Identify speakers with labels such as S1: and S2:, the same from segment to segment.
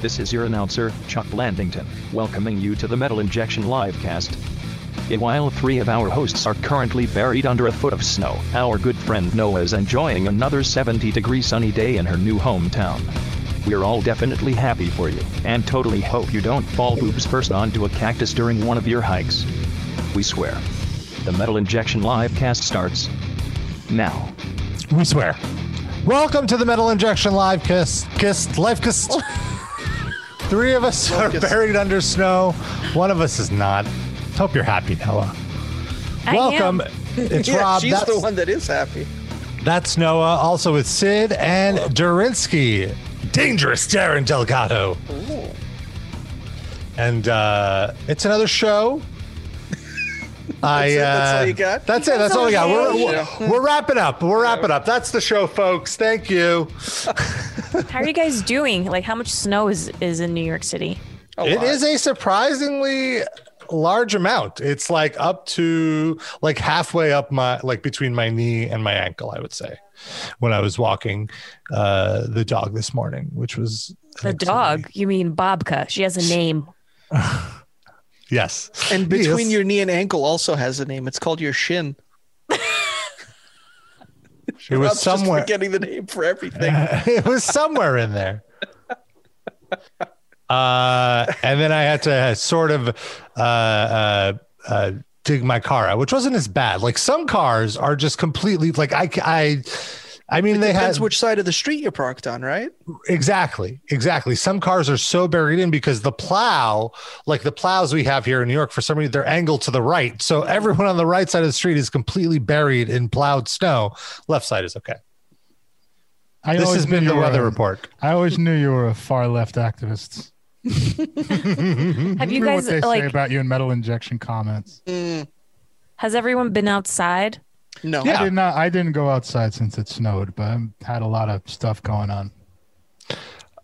S1: This is your announcer, Chuck Landington, welcoming you to the Metal Injection Livecast. And while three of our hosts are currently buried under a foot of snow, our good friend Noah is enjoying another 70 degree sunny day in her new hometown. We're all definitely happy for you, and totally hope you don't fall boobs first onto a cactus during one of your hikes. We swear. The Metal Injection Livecast starts now.
S2: We swear.
S3: Welcome to the Metal Injection Live Kiss Kiss Live Kiss. Three of us are buried under snow. One of us is not. Hope you're happy, Noah.
S4: I
S3: Welcome.
S4: am.
S3: It's
S5: yeah,
S3: Rob.
S5: she's
S3: That's,
S5: the one that is happy.
S3: that's Noah. Also with Sid and Durinsky. Dangerous Darren Delgado. And uh, it's another show. I,
S5: That's it? That's
S3: uh,
S5: all you got?
S3: That's it. That's all we got. We're,
S5: Yeah.
S3: we're, we're wrapping up. We're wrapping up. That's the show, folks. Thank you.
S4: How are you guys doing? Like, how much snow is is in New York City?
S5: A
S3: It
S5: lot.
S3: is a surprisingly large amount. It's like up to like halfway up my like between my knee and my ankle, I would say, when I was walking uh the dog this morning, which was
S4: The dog? You mean Bobka? She has a name.
S3: Yes.
S5: And between
S3: Yes.
S5: your knee and ankle also has a name. It's called your shin.
S3: it was
S5: Rob's just
S3: somewhere
S5: forgetting the name for everything.
S3: it was somewhere in there. Uh, and then I had to sort of uh, uh, uh, dig my car out, which wasn't as bad. Like some cars are just completely like I, I, I mean, they had
S5: Depends which side of the street you're parked on, right?
S3: Exactly. Exactly. Some cars are so buried in because the plow, like the plows we have here in New York, for some reason they're angled to the right. So everyone on the right side of the street is completely buried in plowed snow. Left side is okay.
S2: I
S3: This
S2: always uh,
S3: has
S2: knew
S3: been
S2: you
S3: the
S2: were
S3: weather
S2: a-
S3: report.
S2: I always knew you were a far left activist.
S3: Mm-hmm.
S4: Have you
S2: Remember
S4: guys
S2: what they say
S4: like?
S2: about you in metal injection comments?
S4: Has everyone been outside?
S5: No.
S3: Yeah.
S2: I did not. I didn't go outside since it snowed, but I had a lot of stuff going on.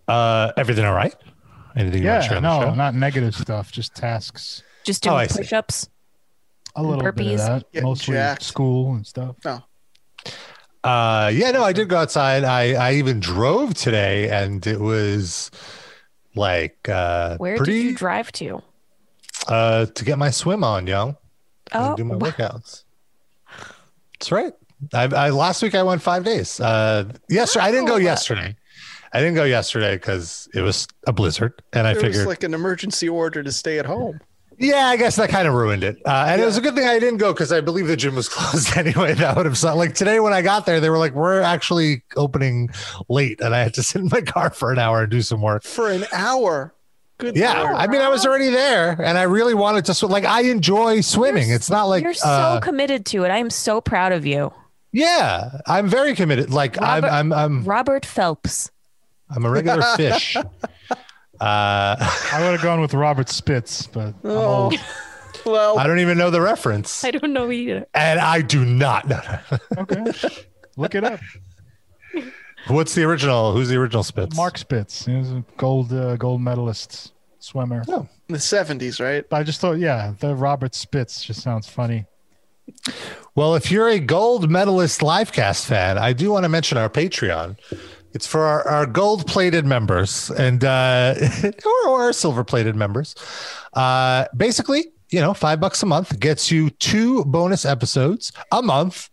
S3: Uh, everything all right? Anything you want to share
S2: Yeah,
S3: on the
S2: no,
S3: show?
S2: not negative stuff, just tasks.
S4: Just
S3: Oh,
S4: doing
S3: I see.
S4: push-ups.
S2: A little bit
S4: Burpees.
S2: of that,
S5: Getting
S2: mostly
S5: jacked.
S2: school and stuff.
S3: Uh, yeah, no, I did go outside. I, I even drove today and it was like uh,
S4: Where
S3: pretty
S4: did you drive to?
S3: uh, to get my swim on, yo. and
S4: Oh,
S3: do my
S4: wh-
S3: workouts. That's right. I, I last week I went five days. Uh, yesterday I didn't go
S4: Wow.
S3: yesterday. I didn't go yesterday because it was a blizzard, and I
S5: There was
S3: figured,
S5: like an emergency order to stay at home.
S3: yeah, I guess that kind of ruined it. Uh, and it was a good thing I didn't go because I believe the gym was closed anyway. That would have sucked. Like today when I got there, they were like, "We're actually opening late," and I had to sit in my car for an hour and do some work.
S5: For an hour. Good
S3: Yeah,
S5: Lord.
S3: I mean, I was already there, and I really wanted to swim. Like, I enjoy swimming.
S4: You're s-
S3: it's not like
S4: You're so
S3: uh,
S4: committed to it. I am so proud of you,
S3: yeah, I'm very committed. Like,
S4: Robert-
S3: I'm, I'm, I'm
S4: Robert Phelps.
S3: I'm a regular fish. Uh,
S2: I would have gone with Robert Spitz, but I'm
S5: Oh.
S2: old.
S5: Well,
S3: I don't even know the reference,
S4: I don't know either.
S3: and I do not. No, no.
S2: okay. Look it up.
S3: What's the original? Who's the original Spitz?
S2: Mark Spitz. He was a gold uh, gold medalist swimmer.
S3: Oh.
S5: in the 70s, right?
S2: I just thought, yeah, the Robert Spitz just sounds funny.
S3: Well, if you're a gold medalist livecast fan, I do want to mention our Patreon. It's for our, our gold plated members and uh, or, or our silver plated members. Uh, basically, you know, five bucks a month gets you two bonus episodes a month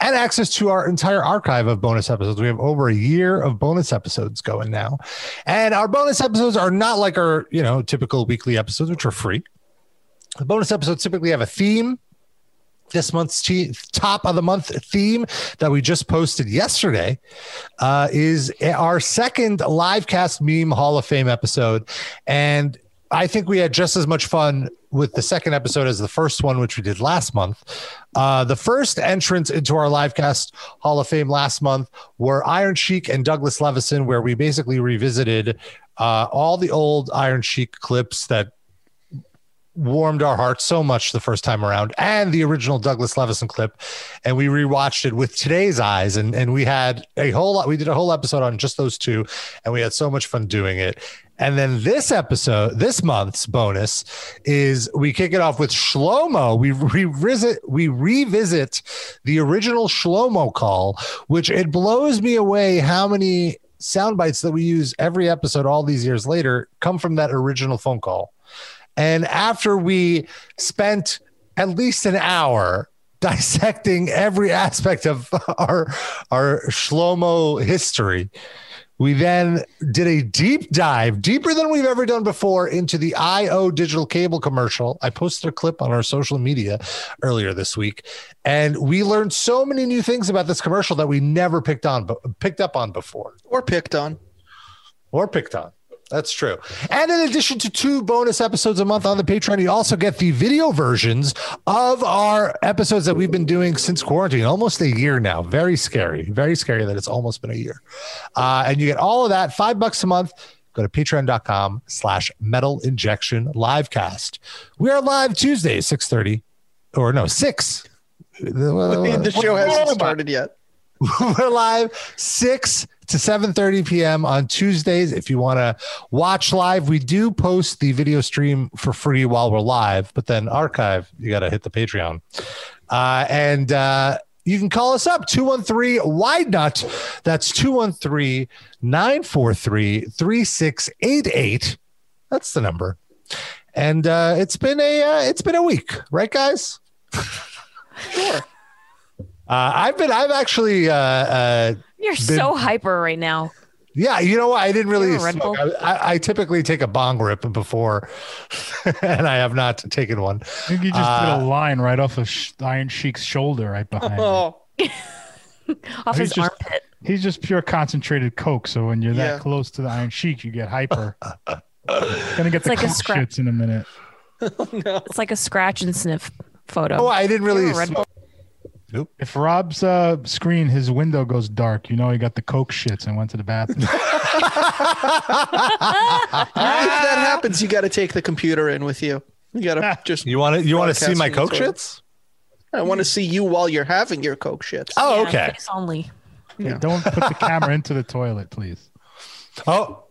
S3: and access to our entire archive of bonus episodes. We have over a year of bonus episodes going now. And our bonus episodes are not like our, you know, typical weekly episodes, which are free. The bonus episodes typically have a theme this month's te- top of the month theme that we just posted yesterday uh, is our second live cast meme Hall of Fame episode. And I think we had just as much fun with the second episode as the first one, which we did last month. Uh, the first entrance into our live cast Hall of Fame last month were Iron Sheik and Douglas Levison, where we basically revisited uh, all the old Iron Sheik clips that warmed our hearts so much the first time around and the original Douglas Levison clip and we rewatched it with today's eyes and and we had a whole lot we did a whole episode on just those two and we had so much fun doing it and then this episode this month's bonus is we kick it off with Shlomo we revisit we revisit the original Shlomo call which it blows me away how many sound bites that we use every episode all these years later come from that original phone call. And after we spent at least an hour dissecting every aspect of our our Shlomo history, we then did a deep dive, deeper than we've ever done before, into the IO digital cable commercial. I posted a clip on our social media earlier this week, and we learned so many new things about this commercial that we never picked on, picked up on before
S5: Or picked on.
S3: or picked on. That's true. And in addition to two bonus episodes a month on the Patreon, you also get the video versions of our episodes that we've been doing since quarantine, almost a year now. Very scary. Very scary that it's almost been a year. Uh, and you get all of that, five bucks a month. Go to patreon.com slash metal injection livecast. We are live Tuesday, 6.30, or no, 6.
S5: the show
S3: Oh,
S5: hasn't started yet.
S3: we're live 6 to 7.30 p.m on tuesdays if you want to watch live we do post the video stream for free while we're live but then archive you gotta hit the patreon uh, and uh, you can call us up 213 wide nut that's 213 943 3688 that's the number and uh, it's been a uh, it's been a week right guys
S5: Sure.
S3: uh, i've been i've actually uh, uh,
S4: You're so hyper right now.
S3: Yeah, you know what? I didn't really.
S4: You're a Red
S3: smoke.
S4: Bull?
S3: I, I, I typically take a bong rip before, and I have not taken one.
S2: I think you just
S3: Uh,
S2: did a line right off of Sh- Iron Sheik's shoulder right behind. him.
S5: Oh,
S4: Off
S2: He's
S4: his
S2: just-
S4: armpit.
S2: He's just pure concentrated coke. So when you're
S5: Yeah.
S2: that close to the Iron Sheik, you get hyper. Gonna get the
S4: like a
S2: coke
S4: scrap.
S2: shits in a minute.
S4: It's like a scratch and sniff photo.
S3: Oh, I didn't really.
S4: You're a Red
S3: smoke.
S2: If Rob's uh, screen, his window goes dark, you know he got the coke shits and went to the bathroom.
S5: if
S3: Ah.
S5: that happens, you got to take the computer in with you. You got to just.
S3: You want to? You want to
S5: Broadcast
S3: see my
S5: from the
S3: coke
S5: toilet.
S3: shits?
S5: I want to see you while you're having your coke shits.
S3: Oh,
S4: Yeah,
S3: okay.
S4: face only.
S2: Okay, Don't put the camera into the toilet, please.
S3: Oh,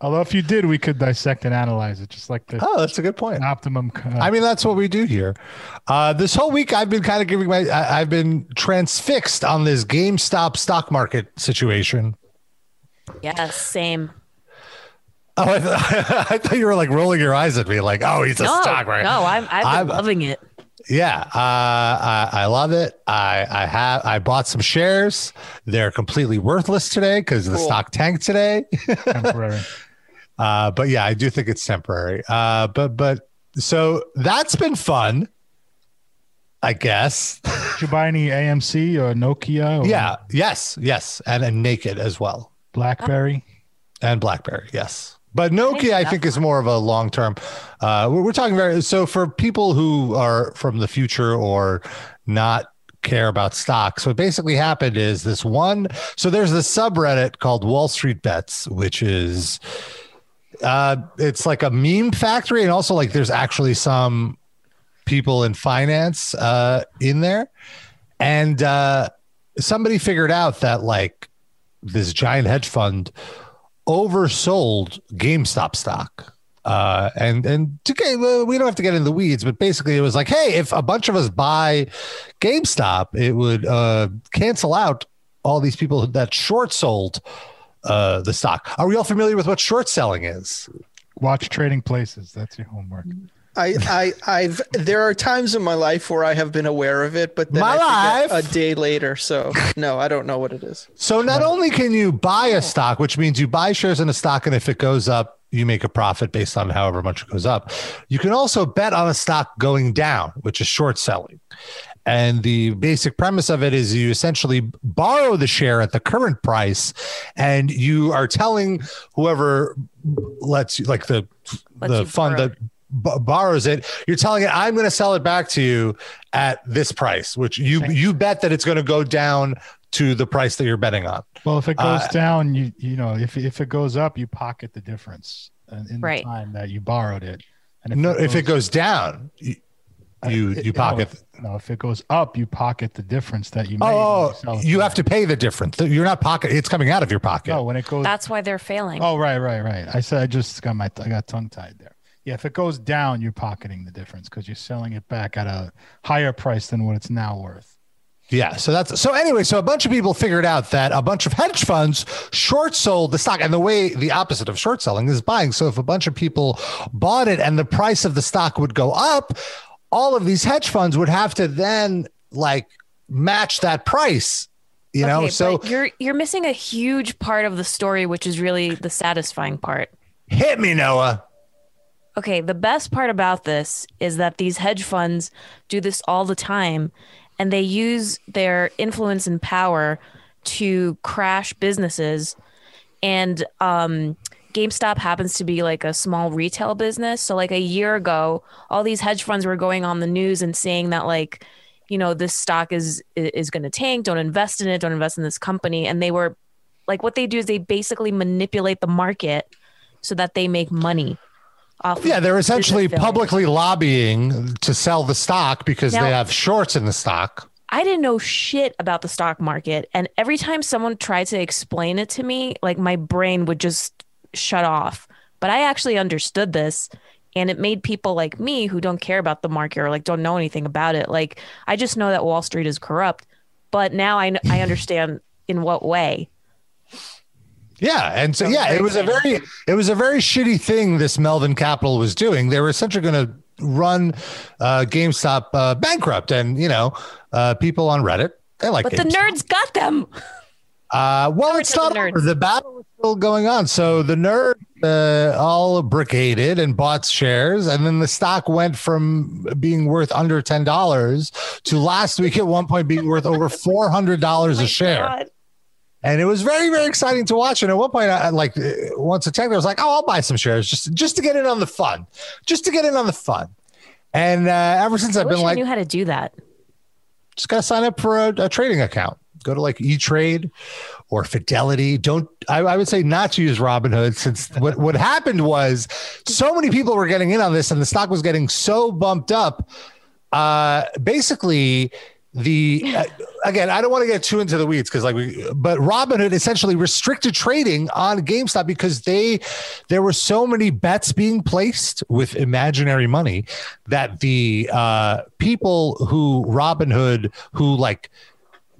S2: Although if you did, we could dissect and analyze it, just like the
S3: oh, that's a good point.
S2: optimum. uh, co-
S3: I mean, that's what we do here. Uh, this whole week, I've been kind of giving my. I, I've been transfixed on this GameStop stock market situation.
S4: Yes, same.
S3: Oh, I, th- I thought you were like rolling your eyes at me, like, "Oh, he's a
S4: No,
S3: stock market."
S4: no, I'm, I've been
S3: I'm-
S4: loving it.
S3: Yeah, uh, I, I love it. I, I have I bought some shares. They're completely worthless today because the
S5: Cool.
S3: stock tanked today.
S2: temporary.
S3: Uh, but yeah, I do think it's temporary. Uh, but but so that's been fun, I guess.
S2: Did you buy any AMC or Nokia? Or
S3: yeah. Yes. Yes. And, and naked as well,
S2: BlackBerry.
S3: and BlackBerry. Yes. But Nokia, I think, is more of a long term. Uh, we're, we're talking very so for people who are from the future or not care about stocks. What basically happened is this one. So there's this subreddit called Wall Street Bets, which is uh, it's like a meme factory, and also like there's actually some people in finance uh, in there, and uh, somebody figured out that like this giant hedge fund oversold GameStop stock. Uh, and and to get, well, we don't have to get into the weeds, but basically it was like, hey, if a bunch of us buy GameStop, it would uh, cancel out all these people that short sold uh, the stock. Are we all familiar with what short selling is?
S2: Watch Trading Places. That's your homework.
S5: I, I, I've. There are times in my life where I have been aware of it, but then
S3: My
S5: I forget
S3: life.
S5: a day later. So no, I don't know what it is.
S3: So not only can you buy a stock, which means you buy shares in a stock, and if it goes up, you make a profit based on however much it goes up. You can also bet on a stock going down, which is short selling. And the basic premise of it is you essentially borrow the share at the current price, and you are telling whoever lets you, like the
S4: Lets
S3: the
S4: you
S3: fund
S4: borrow.
S3: that b- borrows it, you're telling it, I'm going to sell it back to you at this price, which you you bet that it's going to go down to the price that you're betting on.
S2: Well, if it goes
S3: Uh,
S2: down, you you know, if if it goes up, you pocket the difference in, in
S4: Right.
S2: the time that you borrowed it. And
S3: no, if it goes down, you you,
S2: it-
S3: you
S2: no,
S3: pocket.
S2: No, if it goes up, you pocket the difference that you made. when
S3: Oh,
S2: sell it
S3: you
S2: back.
S3: have to pay the difference. You're not pocket. It's coming out of your pocket.
S2: No, when it goes.
S4: That's why they're failing.
S2: oh, right, right, right. I said I just got my I got tongue tied there. Yeah, if it goes down, you're pocketing the difference because you're selling it back at a higher price than what it's now worth.
S3: Yeah, so that's so anyway, so a bunch of people figured out that a bunch of hedge funds short sold the stock and the way the opposite of short selling is buying. So if a bunch of people bought it and the price of the stock would go up, all of these hedge funds would have to then like match that price, you know?
S4: Okay,
S3: So
S4: but you're you're missing a huge part of the story, which is really the satisfying part.
S3: hit me, Noah.
S4: Okay, the best part about this is that these hedge funds do this all the time and they use their influence and power to crash businesses. And um, GameStop happens to be like a small retail business. So, like a year ago, all these hedge funds were going on the news and saying that, like, you know, this stock is is going to tank. Don't invest in it. Don't invest in this company. And they were like, what they do is they basically manipulate the market so that they make money off. of
S3: Yeah, they're essentially
S4: business failures.
S3: publicly lobbying to sell the stock because
S4: Now-
S3: they have shorts in the stock.
S4: I didn't know shit about the stock market. And every time someone tried to explain it to me, like my brain would just shut off. But I actually understood this. And it made people like me who don't care about the market or like don't know anything about it. Like, I just know that Wall Street is corrupt. But now I, I understand in what way.
S3: Yeah, and so
S4: That was
S3: yeah,
S4: very
S3: it was a
S4: exciting.
S3: very it was a very shitty thing this Melvin Capital was doing. They were essentially going to run uh, GameStop uh, bankrupt, and you know, uh, people on Reddit they like
S4: But the
S3: GameStop.
S4: nerds got them.
S3: Uh, well, it's
S4: to the
S3: not
S4: nerds.
S3: over. The battle is still going on. So the nerd uh, all brigaded and bought shares, and then the stock went from being worth under ten dollars to last week at one point being worth over four hundred dollars a share.
S4: Oh God.
S3: And it was very, very exciting to watch. And at one point, I I, like uh, once a tech, I was like, "Oh, I'll buy some shares just just to get in on the fun, just to get in on the fun." And uh, ever since,
S4: I
S3: I've
S4: wish
S3: been
S4: I
S3: like,
S4: knew how to do that.
S3: just gotta sign up for a, a trading account. Go to like E-Trade or Fidelity. Don't I, I would say not to use Robinhood since what, what happened was so many people were getting in on this and the stock was getting so bumped up. Uh basically the uh, again, I don't want to get too into the weeds because like we but Robinhood essentially restricted trading on GameStop because they there were so many bets being placed with imaginary money that the uh, people who Robinhood, who like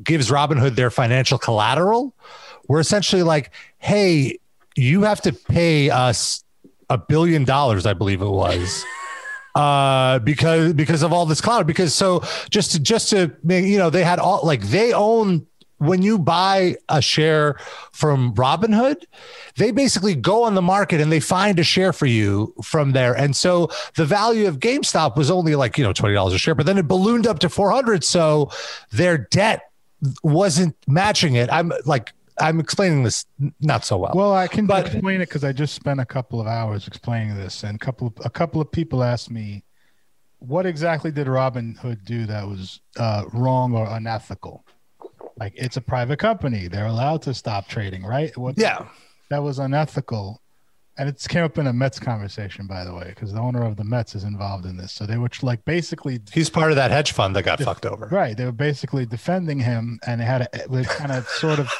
S3: gives Robinhood their financial collateral, were essentially like, hey, you have to pay us a billion dollars, I believe it was. Uh, because because of all this collateral. because so just to just to make you know they had all like they own when you buy a share from Robinhood, they basically go on the market and they find a share for you from there. And so the value of GameStop was only like, you know, $20 a share, but then it ballooned up to 400. So their debt wasn't matching it. I'm like, I'm explaining this n- not so well.
S2: Well, I can
S3: But-
S2: explain it because I just spent a couple of hours explaining this, and couple of, a couple of people asked me, "What exactly did Robin Hood do that was uh, wrong or unethical?" Like it's a private company; they're allowed to stop trading, right? What,
S3: yeah.
S2: that was unethical, and it's came up in a Mets conversation, by the way, because the owner of the Mets is involved in this. So they were tr- like basically
S3: He's part of that hedge fund that got fucked over.
S2: Right. They were basically defending him and they had a they kind of sort of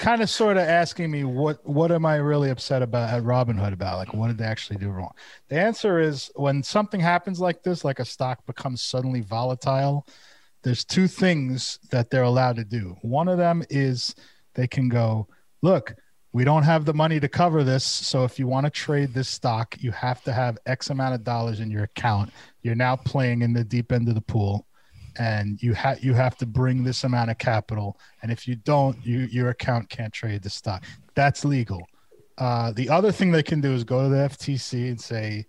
S2: kind of sort of asking me what what am I really upset about at Robin Hood about? Like what did they actually do wrong? The answer is when something happens like this, like a stock becomes suddenly volatile, there's two things that they're allowed to do. One of them is they can go, look, we don't have the money to cover this. So if you want to trade this stock, you have to have X amount of dollars in your account. You're now playing in the deep end of the pool and you have you have to bring this amount of capital and if you don't you your account can't trade the stock that's legal uh, the other thing they can do is go to the ftc and say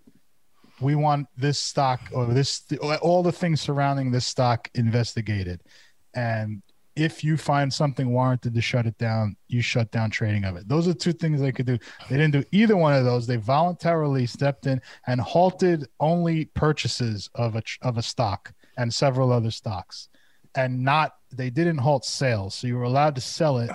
S2: we want this stock or this all the things surrounding this stock investigated and if you find something warranted to shut it down you shut down trading of it those are two things they could do they didn't do either one of those they voluntarily stepped in and halted only purchases of a tr- of a stock and several other stocks and not they didn't halt sales so you were allowed to sell it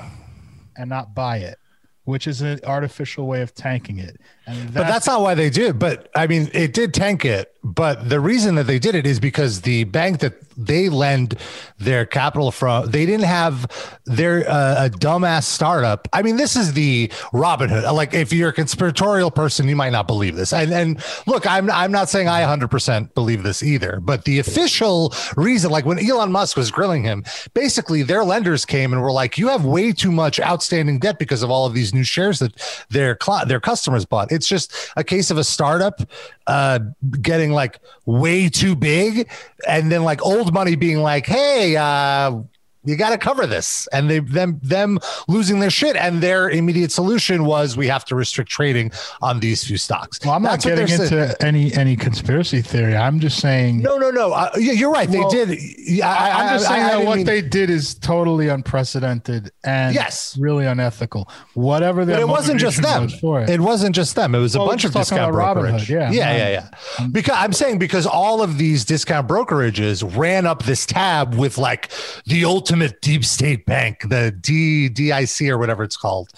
S2: and not buy it which is an artificial way of tanking it and
S3: But that's not why they did. But I mean, it did tank it. But the reason that they did it is because the bank that they lend their capital from. They didn't have their uh, a dumbass startup. I mean, this is the Robin Hood. Like, if you're a conspiratorial person, you might not believe this. And and look, I'm I'm not saying I 100% believe this either, but the official reason, like when Elon Musk was grilling him, basically their lenders came and were like, "You have way too much outstanding debt because of all of these new shares that their cli their customers bought." It's just a case of a startup uh, getting like way too big, and then like old money being like, "Hey." Uh, you got to cover this and they them them losing their shit and their immediate solution was we have to restrict trading on these few stocks
S2: Well, I'm not
S3: That's what
S2: getting
S3: they're saying.
S2: into any any conspiracy theory. I'm just saying.
S3: no no no uh, yeah, you're right they
S2: Well,
S3: did yeah, I,
S2: I, am just
S3: I-
S2: saying
S3: I
S2: that
S3: didn't
S2: what
S3: mean-
S2: they did is totally unprecedented and
S3: Yes.
S2: really unethical. Whatever their
S3: but it wasn't just
S2: motivation
S3: them.
S2: was for it.
S3: it. wasn't just them. It was
S2: Well,
S3: a
S2: we're
S3: bunch of
S2: just talking
S3: discount
S2: about Robinhood,
S3: brokerage.
S2: yeah.
S3: yeah,
S2: Um,
S3: yeah, yeah. Because I'm saying because all of these discount brokerages ran up this tab with like the ultimate deep state bank, the D D I C or whatever it's called,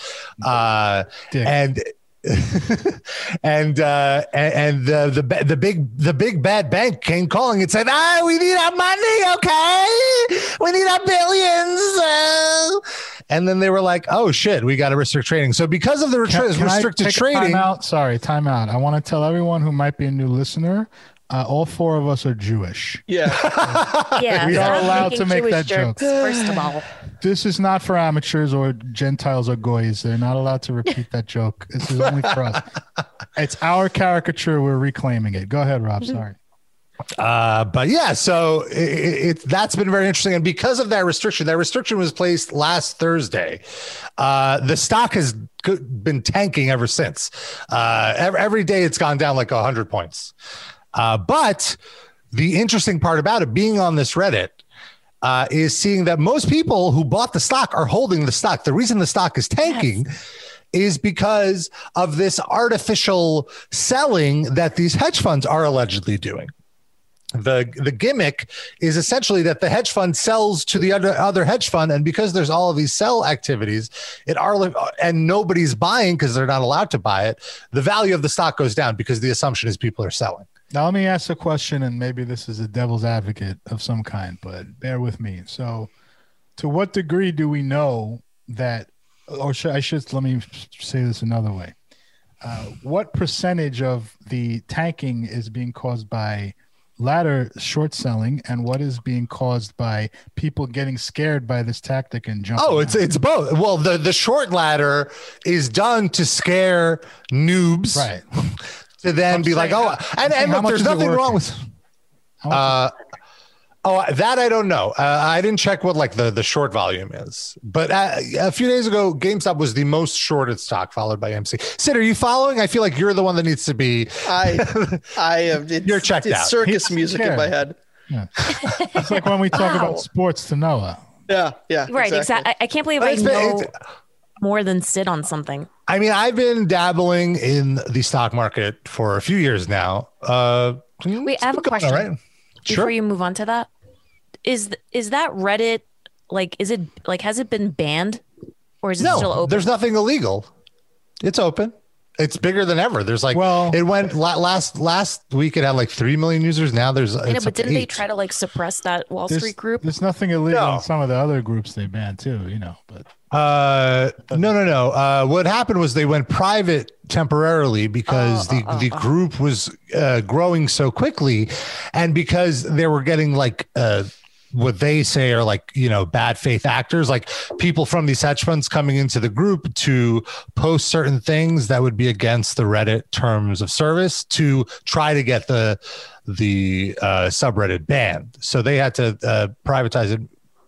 S3: uh,
S2: Dick.
S3: and. and uh and, and the the ba- the big the big bad bank came calling and said ah we need our money okay we need our billions uh." and then they were like oh shit we got to restrict trading so because of the
S2: Can-
S3: retri-
S2: can I
S3: restricted
S2: take a
S3: trading
S2: Time out. Sorry, time out. I want to tell everyone who might be a new listener. Uh, all four of us are Jewish.
S5: Yeah.
S4: Yeah,
S2: We are
S4: stop
S2: allowed
S4: making
S2: to make
S4: Jewish
S2: that joke.
S4: jokes, First of all,
S2: This is not for amateurs or Gentiles or goys. They're not allowed to repeat that joke. This is only for us. It's our caricature. We're reclaiming it. Go ahead, Rob. Sorry.
S3: Uh, but yeah, so it, it, that's been very interesting. And because of that restriction, that restriction was placed last Thursday. Uh, the stock has go- been tanking ever since. Uh, ev- every day it's gone down like 100 points. Uh, but the interesting part about it being on this Reddit uh, is seeing that most people who bought the stock are holding the stock. The reason the stock is tanking is because of this artificial selling that these hedge funds are allegedly doing. The, the gimmick is essentially that the hedge fund sells to the other, other hedge fund and because there's all of these sell activities it are and nobody's buying because they're not allowed to buy it the value of the stock goes down because the assumption is people are selling
S2: Now let me ask a question, and maybe this is a devil's advocate of some kind, but bear with me. So, to what degree do we know that, or should I should let me say this another way? Uh, what percentage of the tanking is being caused by ladder short selling, and what is being caused by people getting scared by this tactic and jumping?
S3: Oh, it's
S2: out?
S3: it's both. Well, the the short ladder is done to scare noobs
S2: right.
S3: to then
S2: I'm
S3: be like,
S2: saying
S3: oh, and,
S2: saying
S3: and
S2: how
S3: look,
S2: much
S3: there's
S2: is it
S3: nothing wrong with.
S2: working?
S3: Uh, oh, that I don't know. Uh, I didn't check what like the the short volume is, but uh, a few days ago, GameStop was the most shorted stock, followed by MC. Sid, are you following? I feel like you're the one that needs to be.
S5: I I am it's,
S3: You're checked
S5: it's
S3: out.
S5: circus music in
S2: scared.
S5: my head.
S2: It's like when we talk
S4: Wow.
S2: about sports to Noah.
S5: Yeah, yeah.
S4: right? Exactly. I, I can't believe
S3: But
S4: I
S3: it's been-
S4: know
S3: it's-
S4: more than Sid on something.
S3: I mean, I've been dabbling in the stock market for a few years now. Uh,
S4: Wait, I have a question.
S3: All right.
S4: before
S3: Sure.
S4: you move on to that is th- is that reddit like is it like has it been banned or is it
S3: no,
S4: still open
S3: there's nothing illegal. It's open. It's bigger than ever. There's like
S2: Well-
S3: it went la- last last week. It had like three million users. Now there's
S4: I know,
S3: it's
S4: but
S3: up to
S4: didn't they
S3: eight.
S4: try to like suppress that wall street group
S2: There's nothing illegal
S3: No.
S2: in some of the other groups they banned too, you know. But
S3: Uh, no, no, no. Uh, what happened was they went private temporarily because the the group was uh, growing so quickly, and because they were getting like uh, what they say are like you know bad faith actors, like people from these hedge funds coming into the group to post certain things that would be against the Reddit terms of service to try to get the the uh, subreddit banned. So they had to uh, privatize it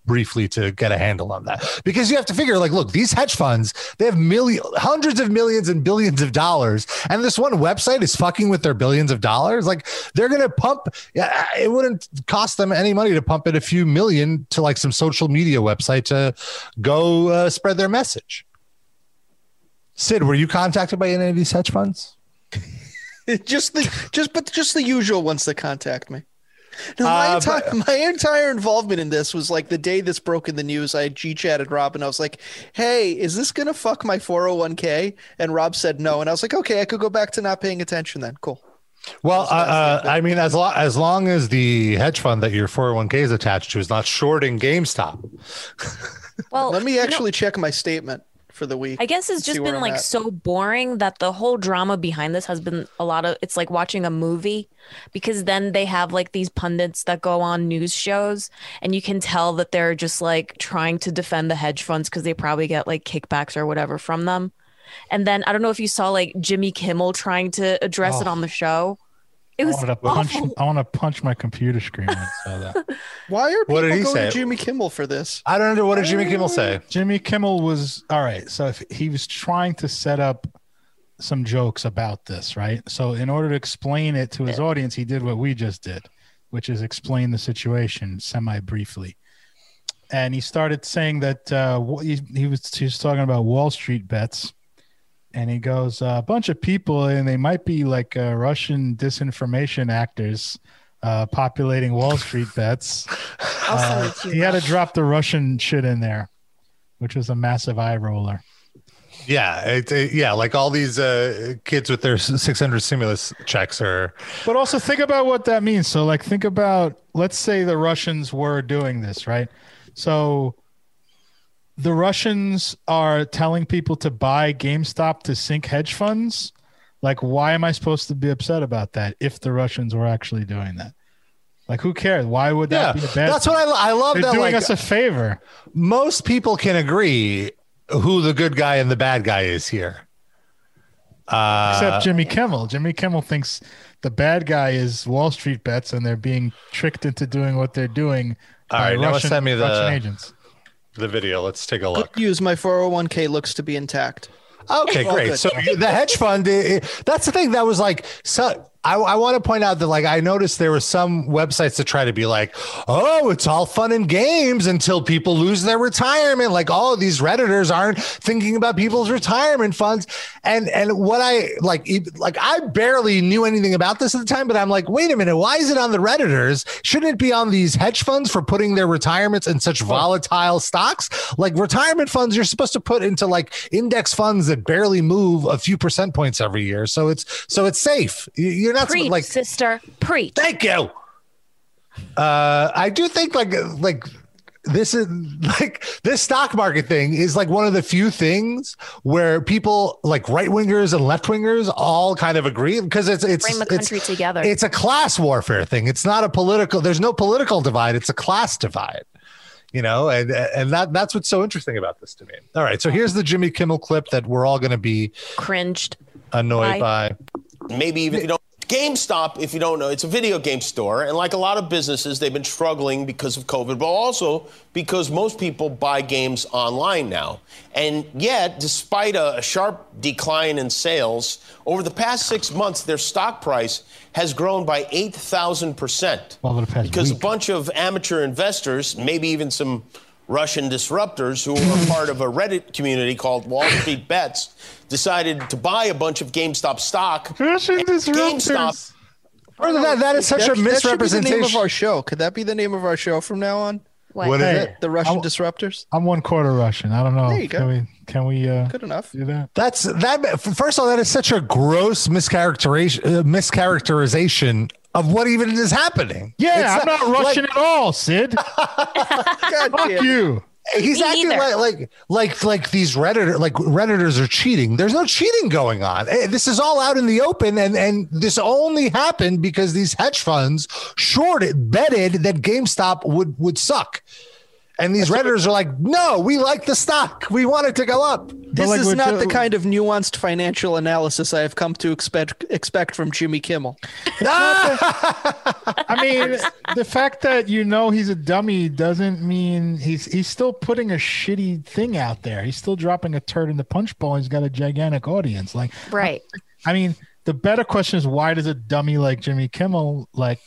S3: briefly to get a handle on that because you have to figure like look these hedge funds they have million hundreds of millions and billions of dollars and this one website is fucking with their billions of dollars like they're gonna pump yeah it wouldn't cost them any money to pump in a few million to like some social media website to go uh, spread their message sid were you contacted by any of these hedge funds
S5: just the just but just the usual ones that contact me. No, my
S3: Uh,
S5: entire my entire involvement in this was like the day this broke in the news. I G chatted Rob and I was like, "Hey, is this gonna oh fuck my 401k?" And Rob said no, and I was like, "Okay, I could go back to not paying attention then. Cool."
S3: Well, uh, uh, I mean, as, lo- as long as the hedge fund that your 401k is attached to is not shorting GameStop,
S4: Well,
S5: Let me
S4: you know,
S5: actually check my statement for the week.
S4: I guess it's
S5: see
S4: just
S5: where
S4: been
S5: I'm
S4: like
S5: at.
S4: so boring that the whole drama behind this has been a lot of it's like watching a movie because then they have like these pundits that go on news shows and you can tell that they're just like trying to defend the hedge funds because they probably get like kickbacks or whatever from them. And then I don't know if you saw like Jimmy Kimmel trying to address
S5: Oh.
S4: it on the show. It
S2: I
S4: was
S2: want to punch.
S4: awful.
S2: I want to punch my computer screen. When I saw that.
S5: Why are people
S3: What did he
S5: going
S3: say?
S5: to Jimmy Kimmel for this?
S3: I don't know. What did Jimmy Kimmel say?
S2: Jimmy Kimmel was all right. So if he was trying to set up some jokes about this, right? So in order to explain it to his audience, he did what we just did, which is explain the situation semi briefly. And he started saying that uh, wh- he, he was he was talking about Wall Street bets, and he goes uh, a bunch of people, and they might be like uh, Russian disinformation actors uh, populating Wall Street bets. Uh,
S4: I'll send it to you.
S2: He had to drop the Russian shit in there, which was a massive eye roller.
S3: Yeah, it, it- yeah, like all these uh, kids with their 600 stimulus checks are.
S2: But also think about what that means. So, like, think about let's say the Russians were doing this, right? So the Russians are telling people to buy GameStop to sink hedge funds. Like, why am I supposed to be upset about that if the Russians were actually doing that? Like, who cares? Why would
S3: Yeah,
S2: that be a bad
S3: that's what I, lo- I love.
S2: They're
S3: That
S2: doing
S3: like
S2: us a favor.
S3: most people can agree who the good guy and the bad guy is here.
S2: Except
S3: Uh,
S2: Jimmy Kimmel. Jimmy Kimmel thinks the bad guy is Wall Street bets, and they're being tricked into doing what they're doing.
S3: All
S2: by
S3: right, now
S2: Russian,
S3: send me the-
S2: Russian agents.
S3: the video. Let's take a look.
S5: Good news, my 401k looks to be intact.
S3: Okay,
S5: All
S3: great.
S5: good.
S3: So you- the hedge fund, it- it- that's the thing that was like, so I, I want to point out that like I noticed there were some websites that try to be like, oh, it's all fun and games until people lose their retirement. Like all of these redditors aren't thinking about people's retirement funds, and and what I like, e- like I barely knew anything about this at the time, but I'm like, wait a minute, why is it on the redditors? Shouldn't it be on these hedge funds for putting their retirements in such volatile stocks? Like retirement funds, you're supposed to put into like index funds that barely move a few percent points every year, so it's so it's safe. You- You're not
S4: Preach,
S3: like
S4: sister, preach.
S3: Thank you. Uh, I do think like like this is like this stock market thing is like one of the few things where people like right wingers and left wingers all kind of agree because it's it's
S4: Bring the
S3: it's,
S4: country together.
S3: it's a class warfare thing. It's not a political. There's no political divide. It's a class divide. You know, and and that that's what's so interesting about this to me. All right, so here's the Jimmy Kimmel clip that we're all going to be
S4: Cringed.
S3: annoyed by.
S6: maybe even if you don't GameStop, if you don't know, it's a video game store, and like a lot of businesses, they've been struggling because of COVID, but also because most people buy games online now. And yet, despite a, a sharp decline in sales, over the past six months, their stock price has grown by 8,000 percent
S2: Well, over the past
S6: because
S2: week.
S6: a bunch of amateur investors, maybe even some Russian disruptors who are part of a Reddit community called Wall Street Bets, decided to buy a bunch of GameStop stock.
S2: Russian
S6: And
S2: disruptors.
S6: GameStop.
S3: Further than that, that is such
S5: That-
S3: a misrepresentation.
S5: That should be the name of our show. Could that be the name of our show from now on?
S4: What?
S3: What is
S2: Hey.
S3: it?
S5: The Russian
S2: I'll-
S5: disruptors.
S2: I'm one quarter Russian. I don't know.
S5: There you
S2: can
S5: go.
S2: we can we uh,
S5: Good enough.
S2: do that?
S3: That's that. First of all, that is such a gross mischaracterization, uh, mischaracterization of what even is happening.
S2: Yeah,
S3: It's
S2: I'm not Russian at all, Sid.
S5: Oh, God
S2: Fuck
S5: damn.
S2: you.
S3: He's
S4: Me
S3: acting
S4: neither.
S3: like like like like these redditor like redditors are cheating. There's no cheating going on. Eh, This is all out in the open, and and this only happened because these hedge funds shorted betted that GameStop would would suck, and these redditors are like, no, we like the stock, we want it to go up.
S5: This
S2: like
S5: is
S2: with
S5: not
S2: the-
S5: the kind of nuanced financial analysis I have come to expect expect from Jimmy Kimmel.
S2: I mean, the fact that you know he's a dummy doesn't mean he's he's still putting a shitty thing out there. He's still dropping a turd in the punch bowl. He's got a gigantic audience. Like
S4: Right.
S2: I mean, the better question is why does a dummy like Jimmy Kimmel like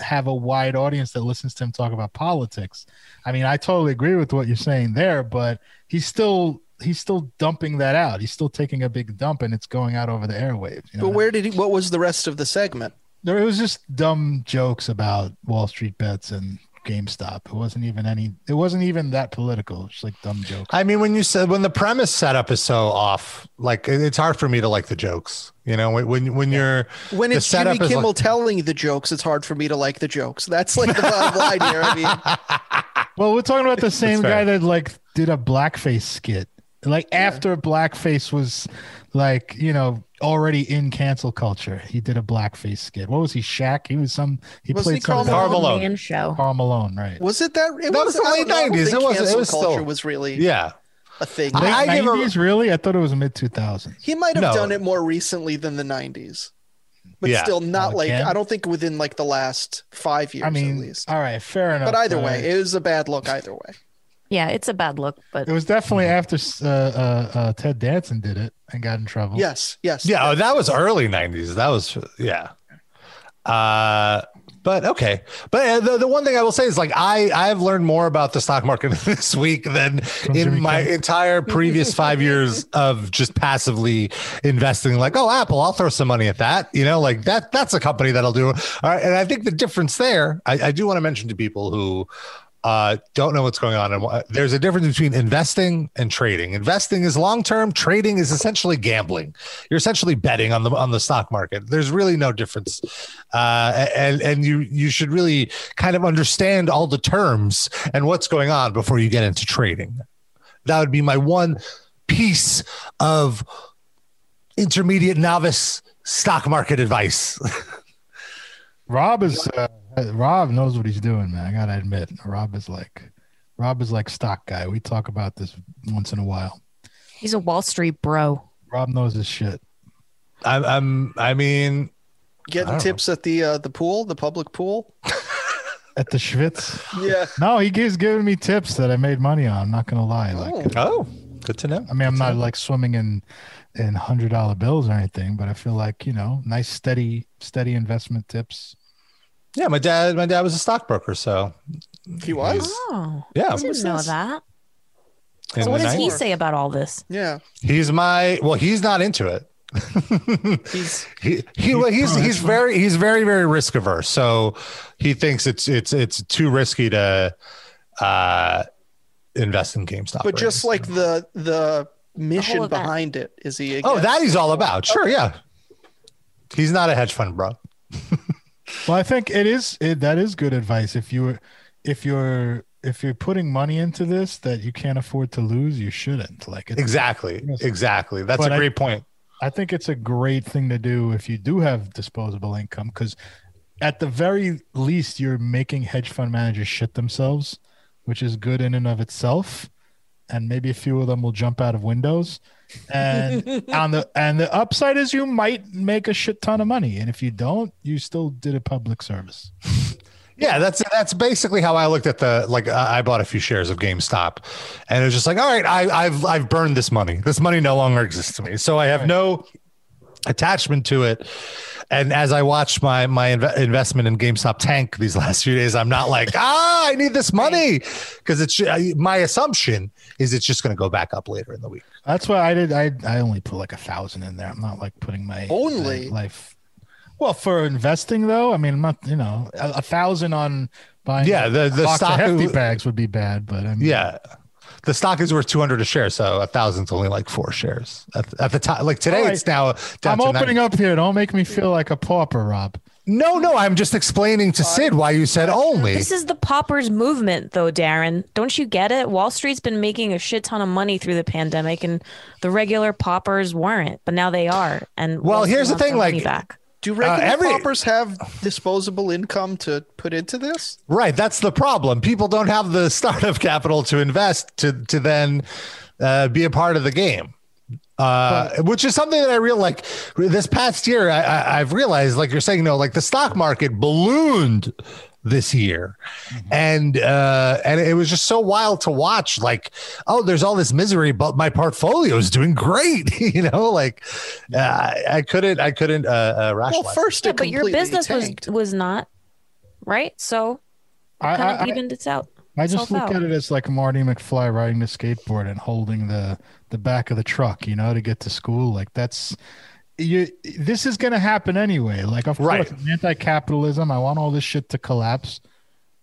S2: have a wide audience that listens to him talk about politics? I mean, I totally agree with what you're saying there, but he's still he's still dumping that out. He's still taking a big dump and it's going out over the airwaves. you know?
S5: But where did he, what was the rest of the segment?
S2: there it was just dumb jokes about Wall Street bets and GameStop. It wasn't even any. It wasn't even that political. It's like dumb joke.
S3: I mean, when you said when the premise setup is so off, like it- it's hard for me to like the jokes. You know, when when, when you're
S5: When
S3: the
S5: it's Jimmy
S3: is, like-
S5: Kimmel telling the jokes, it's hard for me to like the jokes. That's like the bottom line here. I mean,
S2: Well, we're talking about the same guy
S3: fair.
S2: that like did a blackface skit. Like after blackface was like, you know, already in cancel culture. He did a blackface skit. What was he, Shaq? He was some he
S5: Wasn't he
S2: played some
S5: Karl Malone?
S3: Karl Malone.
S4: Man show.
S2: Karl Malone, right.
S5: was it that?
S3: That
S5: It
S3: was
S5: wasn't-
S3: the
S5: I
S3: late
S5: don't know. I don't
S3: 90s.
S5: think
S3: It wasn't- it
S5: cancel
S3: was still-
S5: culture was really
S3: yeah.
S5: a thing.
S3: I- I give a-
S2: 90s, really? I thought it was mid 2000s.
S5: he might have
S3: No.
S5: done it more recently than the 90s, but
S3: Yeah.
S5: still not
S2: Oh,
S5: like
S2: Ken?
S5: I don't think within like the last five years
S2: I
S5: at
S2: mean,
S5: least.
S2: all right, fair enough. uh,
S5: But either
S2: I-
S5: way, it was a bad look. Either way,
S4: Yeah, it's a bad look, but
S2: it was definitely after uh, uh, uh, Ted Danson did it and got in trouble.
S5: yes, yes,
S3: Yeah, oh, that was early '90s. That was yeah. Uh, but okay. But uh, the, the one thing I will say is like I I've learned more about the stock market this week than
S2: Jimmy
S3: in my
S2: Kimmel.
S3: entire previous five years of just passively investing. Like oh Apple, I'll throw some money at that. You know, like that that's a company that'll do. All right, and I think the difference there, I, I do want to mention to people who. Uh, don't know what's going on, and wh- there's a difference between investing and trading. Investing is long term; trading is essentially gambling you're essentially betting on the on the stock market. There's really no difference, uh, and and you you should really kind of understand all the terms and what's going on before you get into trading. That would be my one piece of intermediate novice stock market advice.
S2: Rob is uh, Rob knows what he's doing, man. I gotta admit, Rob is like Rob is like stock guy. We talk about this once in a while.
S4: he's a Wall Street bro.
S2: Rob knows his shit.
S3: I'm, I'm I mean,
S5: Getting tips at the uh, the pool, the public pool.
S2: At the Schwitz?
S5: Yeah,
S2: No, he gives giving me tips that I made money on. I'm not gonna lie. Like,
S3: oh,
S5: Oh.
S3: good to know.
S2: I mean, I'm not like swimming in in hundred dollar bills or anything, but I feel like you know, nice steady steady investment tips.
S3: Yeah, my dad my dad was a stockbroker, so
S5: he was.
S4: Oh,
S3: yeah.
S4: I didn't know that.
S3: in
S4: So what
S3: the
S4: does he
S3: 90s.
S4: say about all this?
S5: Yeah,
S3: He's my well, he's not into it.
S5: he's
S3: he, he well, he's he's very he's very very risk averse. So he thinks it's it's it's too risky to uh invest in GameStop.
S5: but just
S3: right?
S5: like the the mission
S4: event.
S5: behind it is he.
S3: oh,
S5: against?
S3: that he's all about. Sure, yeah. He's not a hedge fund, bro.
S2: Well, I think it is it, that is good advice. If you if you're if you're putting money into this that you can't afford to lose, you shouldn't. Like, it's,
S3: Exactly, exactly. That's
S2: But
S3: a
S2: I-
S3: great point.
S2: I think it's a great thing to do if you do have disposable income because at the very least you're making hedge fund managers shit themselves, which is good in and of itself. And maybe a few of them will jump out of windows. And on the and the upside is you might make a shit ton of money. And if you don't, you still did a public service.
S3: Yeah, that's that's basically how I looked at the like I I bought a few shares of GameStop, and it was just like, all right, I, I've I've burned this money. This money no longer exists to me, so I have no attachment to it. And as I watch my my inve- investment in GameStop tank these last few days, I'm not like, ah, I need this money because it's I- my assumption is it's just going to go back up later in the week.
S2: That's why I did I I only put like a thousand in there. I'm not like putting my
S5: Only?
S2: my life well, for investing though, I mean, I'm not you know a, a thousand on buying
S3: Yeah, the- the
S2: a box of
S3: stock-
S2: hefty bags would be bad, but I mean,
S3: Yeah. The stock is worth 200 a share, so a thousand's only like four shares at, at the time. Like today,
S2: All right.
S3: it's now down
S2: I'm
S3: to
S2: opening
S3: 90.
S2: up here. Don't make me feel like a pauper, Rob.
S3: No, no, I'm just explaining to Sid why you said only.
S4: This is the poppers movement, though, Darren. Don't you get it? Wall Street's been making a shit ton of money through the pandemic, and the regular poppers weren't, but now they are.
S3: Well,
S4: And Wall Street
S3: here's the
S4: wants
S3: thing,
S4: their money
S3: like-
S4: back.
S5: Do regular
S3: every-
S5: paupers have disposable income to put into this?
S3: right, that's the problem. People don't have the startup capital to invest to to then uh, be a part of the game. Uh, which is something that I real like this past year. I, I, I've realized, like you're saying, no, like the stock market ballooned this year, and uh, and it was just so wild to watch. Like, oh, there's all this misery, but my portfolio is doing great. you know, like uh, I- I couldn't, I couldn't uh, uh, rationalize.
S5: Well,
S3: it.
S5: first,
S4: Yeah,
S5: it
S4: but your
S5: completely
S4: business
S5: tanked.
S4: was was not right, so
S2: I,
S4: kind
S2: I,
S4: of evened it out.
S2: I, I just
S4: itself
S2: look
S4: out.
S2: at it as like Marty McFly riding the skateboard and holding the the back of the truck, you know, to get to school. Like that's you. This is going to happen anyway. Like of
S3: Right.
S2: course, I'm anti-capitalism. I want all this shit to collapse,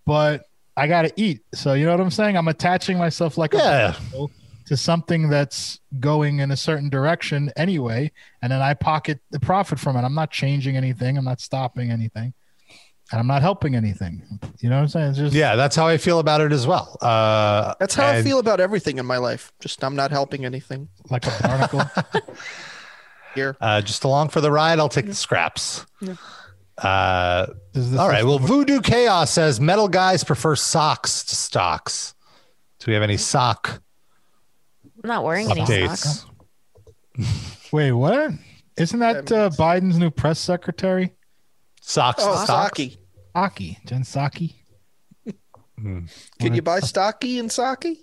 S2: but I got to eat. So you know what I'm saying? I'm attaching myself like
S3: Yeah.
S2: a potato to something that's going in a certain direction anyway, and then I pocket the profit from it. I'm not changing anything. I'm not stopping anything, and I'm not helping anything. You know what I'm saying? It's just
S3: Yeah, that's how I feel about it as well. Uh,
S5: That's how I
S3: and-
S5: feel about everything in my life. Just I'm not helping anything
S2: like a barnacle.
S5: here.
S3: Uh, just along for the ride, I'll take the scraps. Uh,
S2: Does this
S3: all right. Well, Voodoo Chaos says metal guys prefer socks to stocks. Do we have any sock
S4: I'm not wearing Mm-hmm. any socks.
S3: updates?
S2: Wait, what? Isn't that uh, Biden's new press secretary?
S3: Socks
S5: Oh,
S3: to stocks.
S5: Saki.
S2: Aki, Jen Saki.
S5: Can you buy stocky and Saki?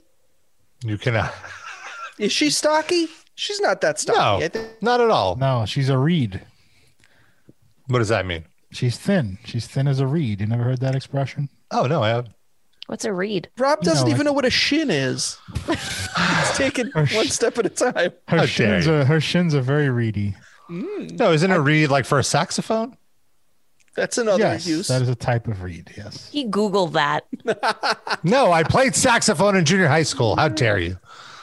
S3: You can uh,
S5: Is she stocky? She's not that stocky.
S3: no,
S5: I think
S3: not at all.
S2: No, she's a reed.
S3: What does that mean?
S2: She's thin. She's thin as a reed. You never heard that expression?
S3: Oh no, I have.
S4: What's a read?
S5: Rob
S2: No,
S5: doesn't
S2: I-
S5: even know what a shin is. He's taking
S2: Or sh-
S5: one step at a time.
S3: How
S2: Her
S3: dare
S2: shins
S3: you.
S2: are her shins are very reedy.
S3: No, isn't it reed like for a saxophone?
S5: That's another
S2: yes,
S5: use.
S2: that is a type of reed. Yes.
S4: He Googled that.
S3: No, I played saxophone in junior high school. How dare you?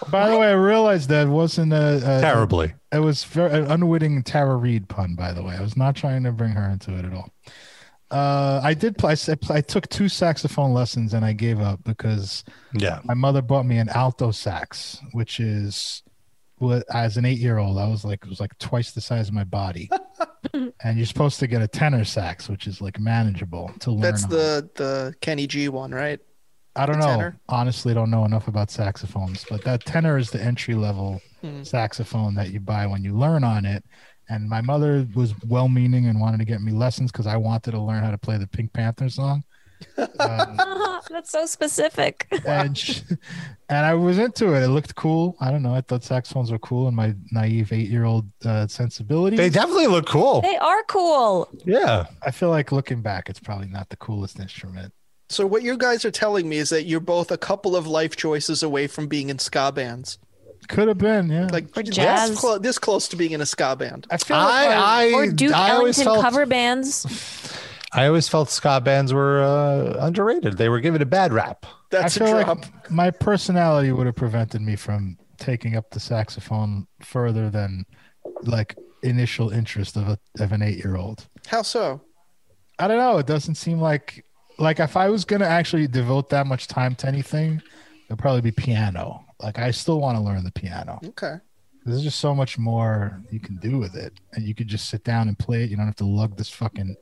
S2: By the way, I realized that wasn't a, a
S3: Terribly.
S2: It was very, an unwitting Tara Reed pun. By the way, I was not trying to bring her into it at all. Uh, I did play. I s- I, pl- I took two saxophone lessons and I gave up because
S3: Yeah.
S2: my mother bought me an alto sax, which is what as an eight year old I was like it was like twice the size of my body. and you're supposed to get a tenor sax, which is like manageable to learn.
S5: That's
S2: on.
S5: the the Kenny G one, right?
S2: I don't
S5: the
S2: know.
S5: tenor?
S2: Honestly, don't know enough about saxophones, but that tenor is the entry level saxophone that you buy when you learn on it. And my mother was well meaning and wanted to get me lessons because I wanted to learn how to play the Pink Panther song.
S4: That's so specific.
S2: and sh and I was into it. It looked cool. I don't know. I thought saxophones were cool in my naive eight year old uh, sensibility.
S3: They definitely look cool.
S4: They are cool.
S3: Yeah.
S2: I feel like looking back, it's probably not the coolest instrument.
S5: So what you guys are telling me is that you're both a couple of life choices away from being in ska bands.
S2: Could have been, yeah.
S5: Like
S4: Or
S5: this,
S4: jazz.
S5: clo- this close to being in a ska band.
S2: I feel like
S3: I I,
S4: uh, Or Duke
S3: I always
S4: Ellington
S3: felt
S4: cover bands.
S3: I always felt ska bands were uh, underrated. They were given a bad rap.
S2: I
S5: That's a
S2: feel
S5: drop.
S2: like my personality would have prevented me from taking up the saxophone further than like initial interest of a of an eight year old.
S5: How so?
S2: I don't know. It doesn't seem like like if I was gonna actually devote that much time to anything, it'd probably be piano. Like I still want to learn the piano.
S5: Okay.
S2: There's just so much more you can do with it, and you could just sit down and play it. You don't have to lug this fucking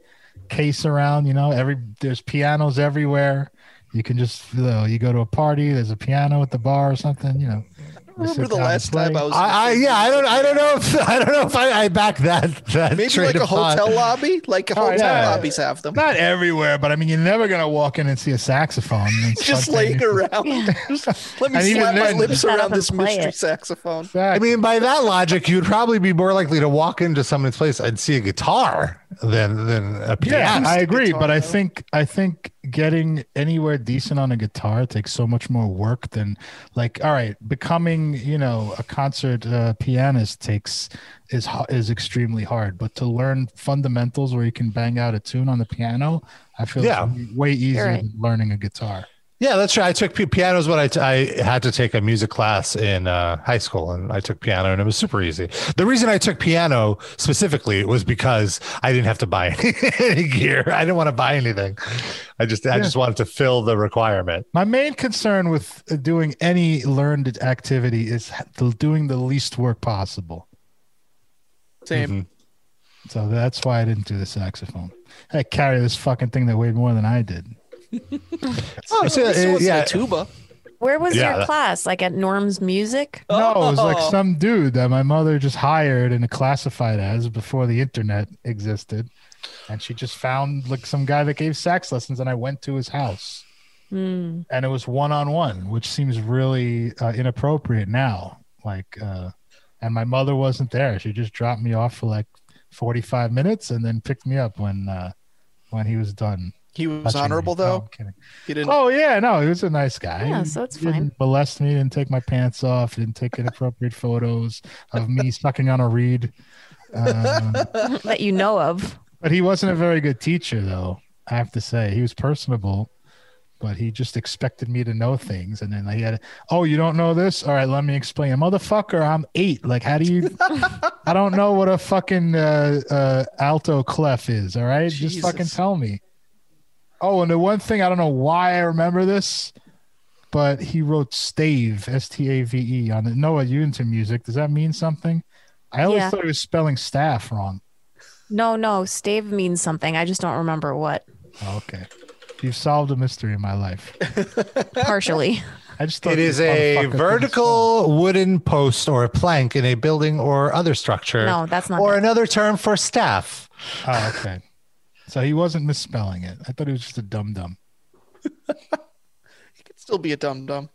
S2: case around. You know, every there's pianos everywhere. You can just you, know, you go to a party. There's a piano at the bar or something. You know. You
S5: Remember
S2: sit
S5: the
S2: down and
S5: last time
S2: play.
S5: I was?
S3: I, I yeah, I don't I don't know if I don't know if I, I back that that
S5: maybe
S3: train
S5: like a
S3: of thought.
S5: hotel lobby. Like
S2: Oh,
S5: hotel
S2: yeah.
S5: lobbies have them.
S2: Not everywhere, but I mean, you're never gonna walk in and see a saxophone. and
S5: Just
S2: suddenly-
S5: laying around. Let me
S2: And even
S5: slap my
S2: then-
S5: lips
S4: Shut up
S5: around
S4: and
S5: this
S4: play
S5: mystery
S4: it.
S5: saxophone.
S3: I mean, by that logic, you'd probably be more likely to walk into someone's place and see a guitar than than a
S2: Yeah,
S3: piano.
S2: I agree,
S5: guitar,
S2: but I
S5: though.
S2: think I think getting anywhere decent on a guitar takes so much more work than like all right, becoming, you know, a concert uh, pianist takes is ho- is extremely hard, but to learn fundamentals where you can bang out a tune on the piano, I feel
S3: Yeah.
S2: it's way easier
S4: right.
S2: than learning a guitar.
S3: yeah, that's right. I took pi- piano is what I, t- I had to take a music class in uh, high school, and I took piano, and it was super easy. The reason I took piano specifically was because I didn't have to buy any, any gear. I didn't want to buy anything. I just I just wanted to fill the requirement.
S2: My main concern with uh, doing any learned activity is ha- doing the least work possible.
S5: Same.
S2: So that's why I didn't do the saxophone. I carry this fucking thing that weighed more than I did.
S3: Oh, so,
S5: This
S3: uh,
S5: wasn't
S3: yeah.
S5: a tuba.
S4: Where was
S3: Yeah,
S4: your
S3: that-
S4: class? Like at Norm's Music?
S2: No, it was like
S5: Oh.
S2: some dude that my mother just hired and classified as before the internet existed. And she just found like some guy that gave sax lessons, and I went to his house. And it was one on one, which seems really uh, inappropriate now. Like, uh, and my mother wasn't there. She just dropped me off for like 45 minutes and then picked me up when uh, when he was done.
S5: He was
S2: touching me.
S5: honorable
S2: No,
S5: though.
S2: I'm kidding.
S5: He didn't.
S2: Oh yeah, no, he was a nice guy.
S4: Yeah,
S2: He
S4: so it's
S2: didn't
S4: fine.
S2: Molest me, didn't take my pants off, didn't take inappropriate photos of me sucking on a reed.
S4: that you know of.
S2: But he wasn't a very good teacher, though. I have to say, he was personable, but he just expected me to know things. And then I had, oh, you don't know this? All right, let me explain. Motherfucker, I'm eight. Like, how do you? I don't know what a fucking uh, uh, alto clef is. All right, just fucking
S5: Jesus.
S2: tell me. Oh, and the one thing I don't know why I remember this, but he wrote stave, S T A V E, on it. Noah, you into music? Does that mean something? I always
S4: Yeah.
S2: thought he was spelling staff wrong.
S4: No, no, stave means something. I just don't remember what.
S2: Oh, okay. You've solved a mystery in my life.
S4: Partially.
S2: I just thought
S3: It
S2: you
S3: is a
S2: motherfucker couldn't spell.
S3: vertical wooden post or a plank in a building or other structure.
S4: No, that's not
S3: Or
S4: it.
S3: another term for staff.
S2: Oh, okay. So he wasn't misspelling it. I thought he was just a dum dum.
S5: Could still be a dum dum.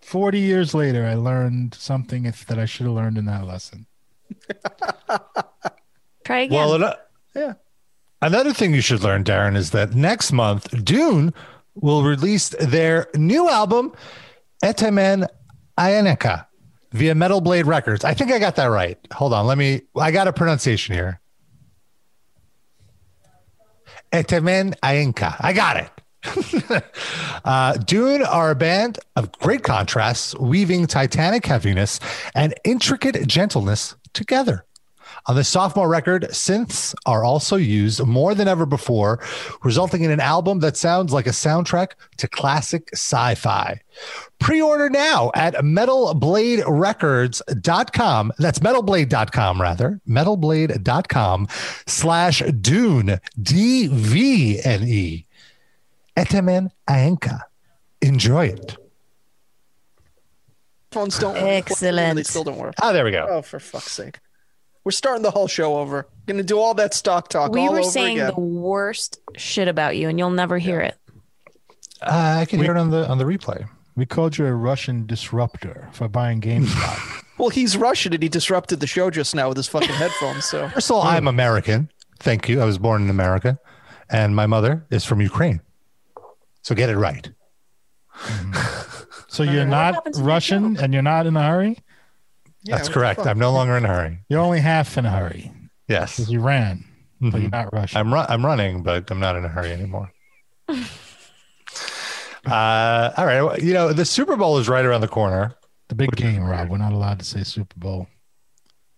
S2: 40 years later, I learned something if- that I should have learned in that lesson.
S4: Try again.
S3: Well, ano-
S2: Yeah.
S3: Another thing you should learn, Darren, is that next month, Dune will release their new album, Etemen Ayaneka, via Metal Blade Records. I think I got that right. Hold on. Let me, I got a pronunciation here. Etemen Ayanka. I got it. Uh, Dune are a band of great contrasts, weaving titanic heaviness and intricate gentleness together. On the sophomore record, synths are also used more than ever before, resulting in an album that sounds like a soundtrack to classic sci fi. Pre order now at metalbladerecords.com. That's metalblade.com, rather. Metalblade.com slash Dune, D V N E. Etemen Aenka. Enjoy it.
S5: Phones don't work. Well, They
S4: Excellent.
S5: still don't work.
S3: Oh, there we go.
S5: Oh, for fuck's sake. We're starting the whole show over. Gonna do all that stock talk
S4: we
S5: all
S4: were
S5: over
S4: saying
S5: again.
S4: the worst shit about you, and you'll never hear it.
S3: Uh, I can hear it on the on the replay.
S2: We called you a Russian disruptor for buying GameStop.
S5: Well, he's Russian and he disrupted the show just now with his fucking headphones. So
S3: First of all,
S2: Hmm.
S3: I'm American. Thank you. I was born in America, and my mother is from Ukraine. So get it right.
S2: so you're not
S4: happened to the
S2: Russian and you're not in a hurry?
S3: That's correct. I'm no longer in a hurry.
S2: You're only half in a hurry
S3: Yes,
S2: because you ran, but you're not Russian.
S3: Mm-hmm. I'm ru- I'm running, but I'm not in a hurry anymore. uh, all right. Well, You know, the Super Bowl is right around the corner.
S2: the big game, Rob. We're not allowed to say Super Bowl.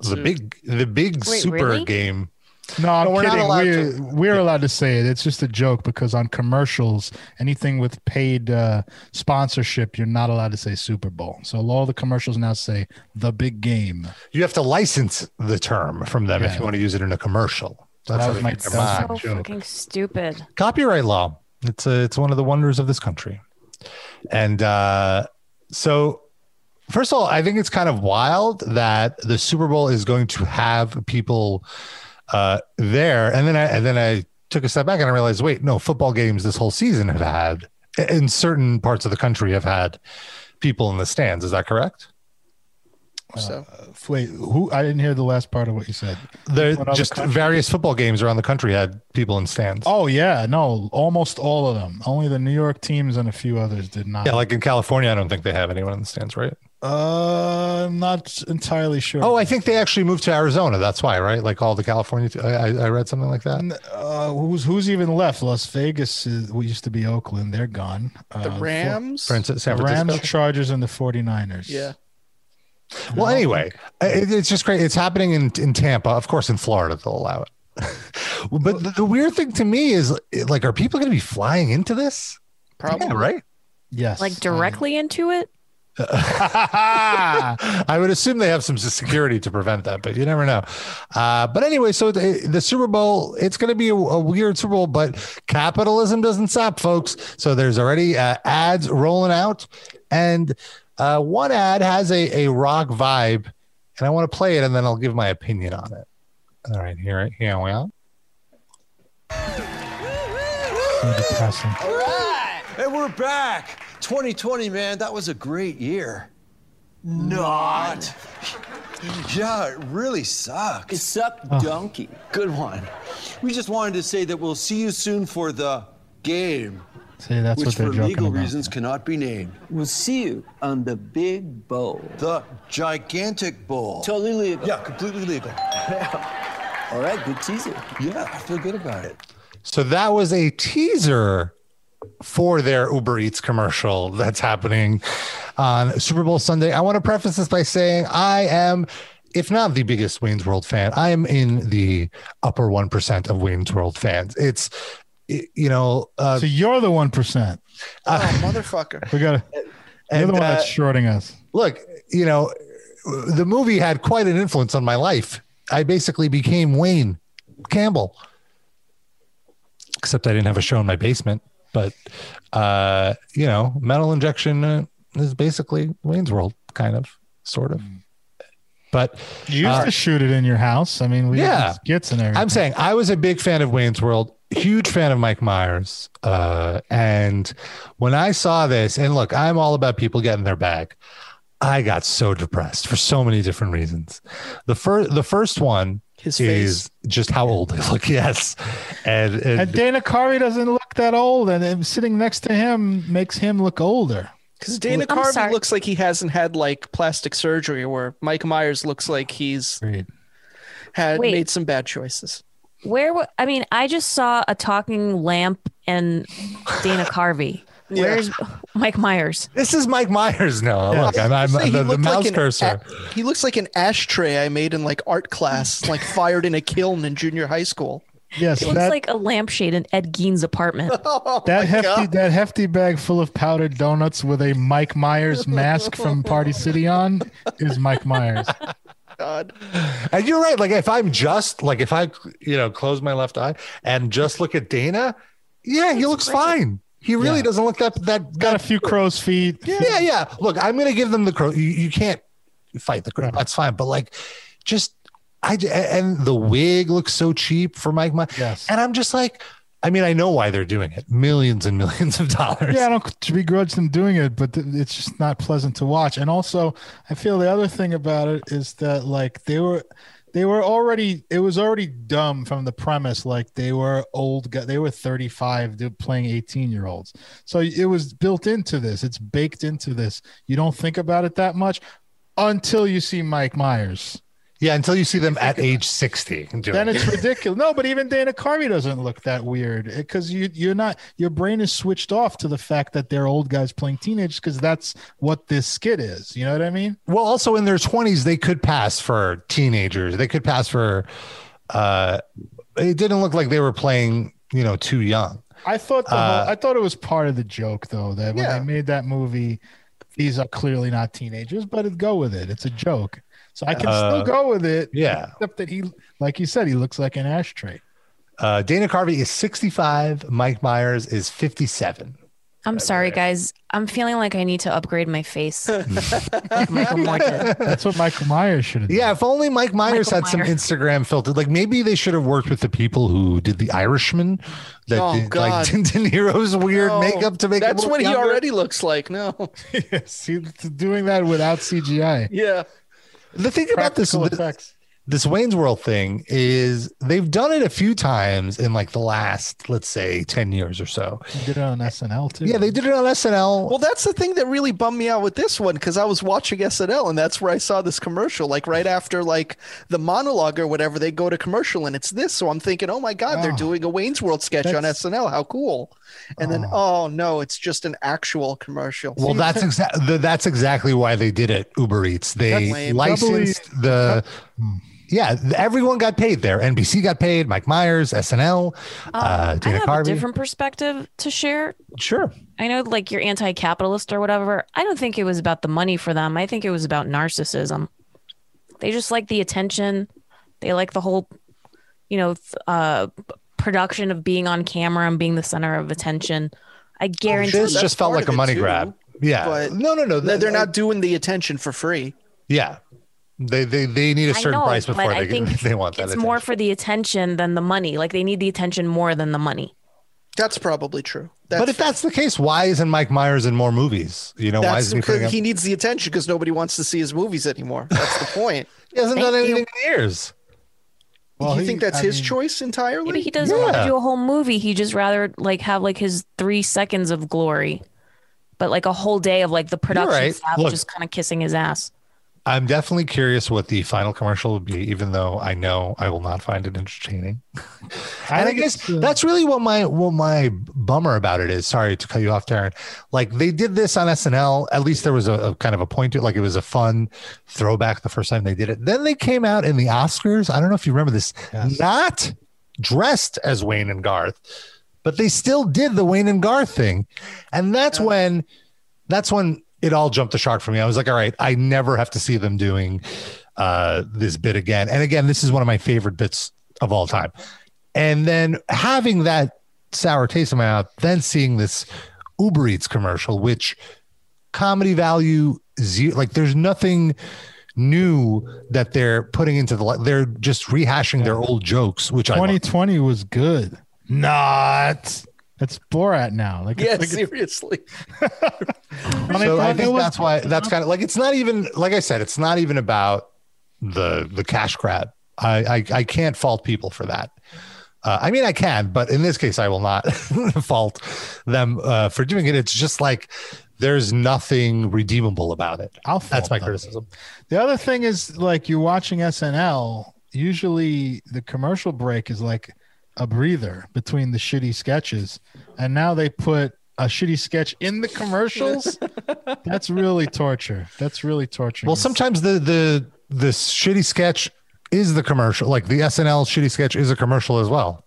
S3: The big the big
S4: Wait,
S3: Super
S4: really?
S3: game.
S2: No, I'm
S3: No, we're not
S2: kidding.
S3: allowed
S2: We're,
S3: to.
S2: we're allowed to say it. It's just a joke because on commercials, anything with paid uh, sponsorship, you're not allowed to say Super Bowl. So all the commercials now say the big game.
S3: You have to license the term from them if
S2: Yeah.
S3: you want to use it in a commercial.
S2: So that
S3: how
S2: was
S3: they
S2: my-
S3: make their
S2: that was
S3: mind.
S2: my
S4: So
S2: joke.
S4: fucking stupid.
S3: copyright law. It's a, it's one of the wonders of this country. And uh, so, first of all, I think it's kind of wild that the Super Bowl is going to have people uh, there. And then I and then I took a step back and I realized, wait, no, football games this whole season have had in certain parts of the country have had people in the stands. Is that correct?
S5: So
S2: Wait, who? I didn't hear the last part of what you said.
S3: There
S2: What other
S3: just
S2: country?
S3: various football games around the country had people in stands.
S2: Oh yeah, no, almost all of them. Only the New York teams and a few others did not.
S3: Yeah, like in California, I don't think they have anyone in the stands, right?
S2: uh, I'm not entirely sure.
S3: Oh, I think they actually moved to Arizona. That's why, right? Like all the California. I, I- I read something like that.
S2: uh, who's who's even left? Las Vegas is, we used to be Oakland. They're gone. Uh,
S5: the Rams.
S3: For instance, San
S2: the Rams,
S3: Francisco.
S2: Chargers, and the 49ers.
S5: yeah.
S3: Well, anyway, it, it's just great. It's happening in, in Tampa. Of course, in Florida, they'll allow it. but the, the weird thing to me is like, are people going to be flying into this?
S5: Probably.
S3: Yeah, right?
S2: Yes.
S4: Like
S2: I-
S4: directly into it?
S3: I would assume they have some security to prevent that, but you never know. Uh, but anyway, so the, the Super Bowl, it's going to be a, a weird Super Bowl, but capitalism doesn't stop, folks. So there's already uh, ads rolling out, and uh, one ad has a, a rock vibe, and I want to play it, and then I'll give my opinion on it. All right, here, here we are.
S2: so depressing.
S7: Hey, we're back. 2020, man, that was a great year. Not. Yeah, it really sucks.
S8: It's up, donkey.
S7: Good one. We just wanted to say that we'll see you soon for the game,
S2: See, that's
S7: which
S2: what they're
S7: for
S2: joking
S7: legal
S2: about.
S7: reasons cannot be named.
S8: We'll see you on the big bowl.
S7: The gigantic bowl.
S8: Totally legal.
S7: yeah, completely legal.
S8: All right, good teaser.
S7: Yeah, I feel good about it.
S3: So that was a teaser for their Uber Eats commercial that's happening on Super Bowl Sunday. I want to preface this by saying I am, if not the biggest Wayne's World fan, I am in the upper 1% of Wayne's World fans. It's, y- you know, uh,
S2: So you're the one percent.
S5: Oh, motherfucker.
S2: We gotta. You're the
S3: and,
S2: one
S3: uh,
S2: that's shorting us.
S3: look, you know, the movie had quite an influence on my life. I basically became Wayne Campbell, except I didn't have a show in my basement. But uh, you know, metal injection uh, is basically Wayne's World, kind of, sort of. But
S2: You used
S3: uh,
S2: to shoot it in your house. I mean, we
S3: Yeah.
S2: yeah. skits and
S5: Mm-hmm.
S2: everything.
S3: I'm saying I was a big fan of Wayne's World, huge fan of Mike Myers. Uh, and when I saw this, and look, I'm all about people getting their bag. I got so depressed for so many different reasons. The first, the first one
S5: His
S3: is just how old they look. Yes, and, and,
S2: and Dana Carvey doesn't look that old, and him sitting next to him makes him look older.
S5: Because Dana
S4: I'm
S5: Carvey
S4: sorry.
S5: looks like he hasn't had like plastic surgery, where Mike Myers looks like he's had
S4: Wait.
S5: made some bad choices.
S4: Where wa- I mean, I just saw a talking lamp and Dana Carvey. Where's Mike Myers?
S3: this is Mike Myers. No, look, I'm, I'm
S5: Say he
S3: the, the
S5: looked like
S3: mouse
S5: an
S3: cursor.
S5: a- he looks like an ashtray I made in like art class, like fired in a kiln in junior high school.
S2: Yes,
S4: It looks
S2: that
S4: like a lampshade in Ed Gein's apartment.
S3: Oh
S2: that hefty that hefty bag full of powdered donuts with a Mike Myers mask from Party City on is Mike Myers.
S5: God.
S3: And you're right. Like if I'm just like if I you know close my left eye and just look at Dana, yeah, he looks fine. He really
S2: Yeah.
S3: doesn't look that that
S2: Got a few crow's feet.
S3: Yeah, yeah. Look, I'm going to give them the crow. You, you can't fight the crow. That's fine. But like, just I j- and the wig looks so cheap for Mike. My,
S2: Yes.
S3: And I'm just like, I mean, I know why they're doing it. Millions and millions of dollars.
S2: Yeah, I don't begrudge them doing it, but th- it's just not pleasant to watch. And also, I feel the other thing about it is that like they were, they were already it was already dumb from the premise. Like they were old, gu- they were thirty five, they're playing eighteen year olds. So it was built into this. It's baked into this. You don't think about it that much until you see Mike Myers.
S3: Yeah, Until you see them at age sixty. Doing
S2: Then
S3: it.
S2: it's ridiculous. No, but even Dana Carvey doesn't look that weird because you you're not your brain is switched off to the fact that they're old guys playing teenagers because that's what this skit is. You know what I mean?
S3: Well, also in their 20s, they could pass for teenagers. They could pass for, uh, it didn't look like they were playing, you know, too young.
S2: I thought the whole, I thought it was part of the joke though that when
S3: Yeah.
S2: they made that movie, these are clearly not teenagers, but it go with it. It's a joke, so I can
S3: Uh,
S2: still go with it.
S3: yeah.
S2: except that he, like you said, he looks like an ashtray.
S3: Uh, Dana Carvey is 65. Mike Myers is 57.
S4: I'm sorry, guys. I'm feeling like I need to upgrade my face. Michael Morton.
S2: That's what Michael Myers should have. done.
S3: Yeah, if only Mike Myers
S4: Michael
S3: had some Instagram filter. Like maybe they should have worked with the people who did the Irishman. That
S5: Oh,
S3: did,
S5: God.
S3: like De Niro's weird
S5: No.
S3: makeup to make. him
S5: That's
S3: look
S5: what he
S3: younger.
S5: already looks like. No.
S2: yes, he- doing that without CGI.
S5: Yeah.
S3: The thing about this,
S2: Practical
S3: this
S2: effects.
S3: this Wayne's World thing is they've done it a few times in like the last, let's say, ten years or so.
S2: He did it on SNL too.
S3: Yeah, they did it on SNL.
S5: Well, that's the thing that really bummed me out with this one because I was watching SNL and that's where I saw this commercial. Like right after like the monologue or whatever, they go to commercial and it's this. So I'm thinking, oh my god,
S3: Ah,
S5: they're
S2: Oh.
S5: doing a Wayne's World sketch on
S2: That's-
S5: SNL. How cool! And then oh no, it's just an actual commercial.
S3: Ah. Well, that's exactly that's exactly why they did it. Uber Eats
S5: That's
S3: they
S5: lame.
S3: licensed the. Yeah, everyone got paid there. NBC got paid. Mike Myers, SNL, uh,
S4: I
S3: Dana
S4: have
S3: Carvey.
S4: a different perspective to share.
S3: sure.
S4: I know, like you're anti-capitalist or whatever. I don't think it was about the money for them. I think it was about narcissism. They just like the attention. They like the whole, you know, th- uh, p- production of being on camera and being the center of attention. I
S3: Oh,
S4: guarantee.
S3: This
S5: that's
S3: just felt
S5: part
S3: like
S5: of
S3: a
S5: it
S3: money
S5: too,
S3: grab. Yeah.
S5: but-
S3: no, no, no.
S5: No, they're not doing the attention for free.
S3: Yeah. They they they need a
S4: I
S3: certain
S4: know,
S3: price
S4: but
S3: before
S4: I
S3: they get,
S4: think
S3: they want that.
S4: it's more
S3: attention.
S4: for the attention than the money. Like they need the attention more than the money.
S5: That's probably true. That's
S3: But if that's the case, why isn't Mike Myers in more movies? You know, why
S5: that's
S3: isn't he putting
S5: because
S3: up?
S5: he
S3: He
S5: needs the attention because nobody wants to see his movies anymore. That's the point.
S3: hasn't done
S4: Thank you.
S3: anything in years.
S2: Well,
S5: you
S2: he-
S5: think that's
S2: I
S5: his
S2: mean,
S5: choice entirely?
S4: Maybe he doesn't want
S3: Yeah.
S4: to do a whole movie. He just rather like have like his three seconds of glory, but like a whole day of like the production
S3: right.
S4: staff
S3: Look.
S4: just kind of kissing his ass.
S3: I'm definitely curious what the final commercial will be, even though I know I will not find it entertaining. and I
S2: think
S3: guess
S2: it's, uh,
S3: that's really what my what my bummer about it is. Sorry to cut you off, Darren. Like they did this on SNL. At least there was a, a kind of a point to it. Like it was a fun throwback the first time they did it. Then they came out in the Oscars. I don't know if you remember this. Not dressed as Wayne and Garth, but they still did the Wayne and Garth thing, and that's when that's when it all jumped the shark for me. I was like, all right, I never have to see them doing uh, this bit again. And again, this is one of my favorite bits of all time. And then having that sour taste in my mouth, then seeing this Uber Eats commercial, which comedy value zero, like there's nothing new that they're putting into the li- they're just rehashing their old jokes which i love.
S2: 2020 was good. Not. It's Borat now. Like,
S5: Yeah,
S2: it's, like,
S5: seriously.
S3: so
S2: when
S3: I
S2: thought it
S3: think
S2: was-
S3: that's why that's kind of like it's not even like I said, it's not even about the the cash grab. I I, I can't fault people for that. Uh, I mean, I can, but in this case, I will not fault them uh, for doing it. It's just like there's nothing redeemable about it.
S2: I'll
S3: That's
S2: fault
S3: my
S2: them.
S3: criticism.
S2: The other thing is like you're watching SNL. Usually the commercial break is like a breather between the shitty sketches, and now they put a shitty sketch in the commercials. That's really torture. That's really torture.
S3: Well, sometimes the the the shitty sketch is the commercial, like the SNL shitty sketch is a commercial as well.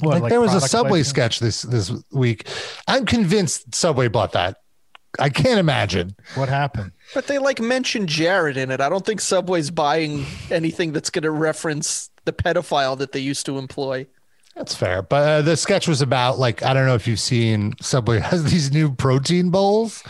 S2: What,
S3: like,
S2: like
S3: there was a
S2: product
S3: Subway
S2: placement?
S3: sketch this this week. I'm convinced Subway bought that. I can't imagine.
S2: what happened?
S5: But they like mentioned Jared in it. I don't think Subway's buying anything that's going to reference the pedophile that they used to employ.
S3: That's fair. But uh, the sketch was about like I don't know if you've seen Subway has these new protein bowls.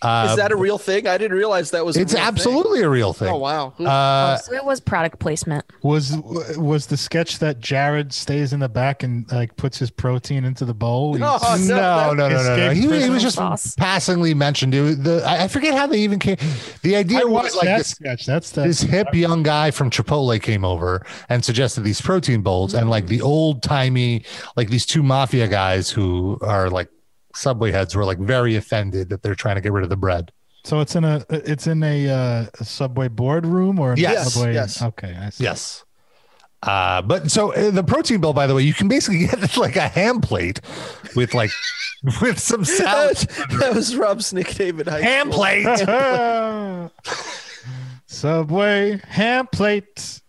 S5: Is that a real thing? I didn't realize that was. a
S3: Uh, It's
S5: real thing.
S3: absolutely a real thing.
S5: Oh wow.
S3: Uh,
S4: oh, so it was product placement.
S2: Was was the sketch that Jared stays in the back and like puts his protein into the bowl? He-
S5: Oh, no,
S3: no,
S5: that-
S3: no, no, no, no.
S2: Escaped
S3: He, was- he
S2: prisoner
S3: was just
S4: sauce.
S3: passingly mentioned. It, the I I forget how they even came. The idea
S2: I
S3: was
S2: watched
S3: like
S2: that
S3: this
S2: sketch. That's the
S3: this hip young guy from Chipotle came over and suggested these protein bowls and like the old timey, like these two mafia guys who are like subway heads were like very offended that they're trying to get rid of the bread.
S2: So it's in a it's in a, uh, a subway boardroom or a
S3: Yes,
S2: subway.
S5: yes.
S2: Okay, I see.
S3: Yes. Uh, but so uh, the protein bowl, by the way, you can basically get like a ham plate with like with some
S5: that,
S3: salad.
S5: was, that was Rob's nickname in high
S3: ham
S5: school.
S3: plate.
S2: subway ham plate.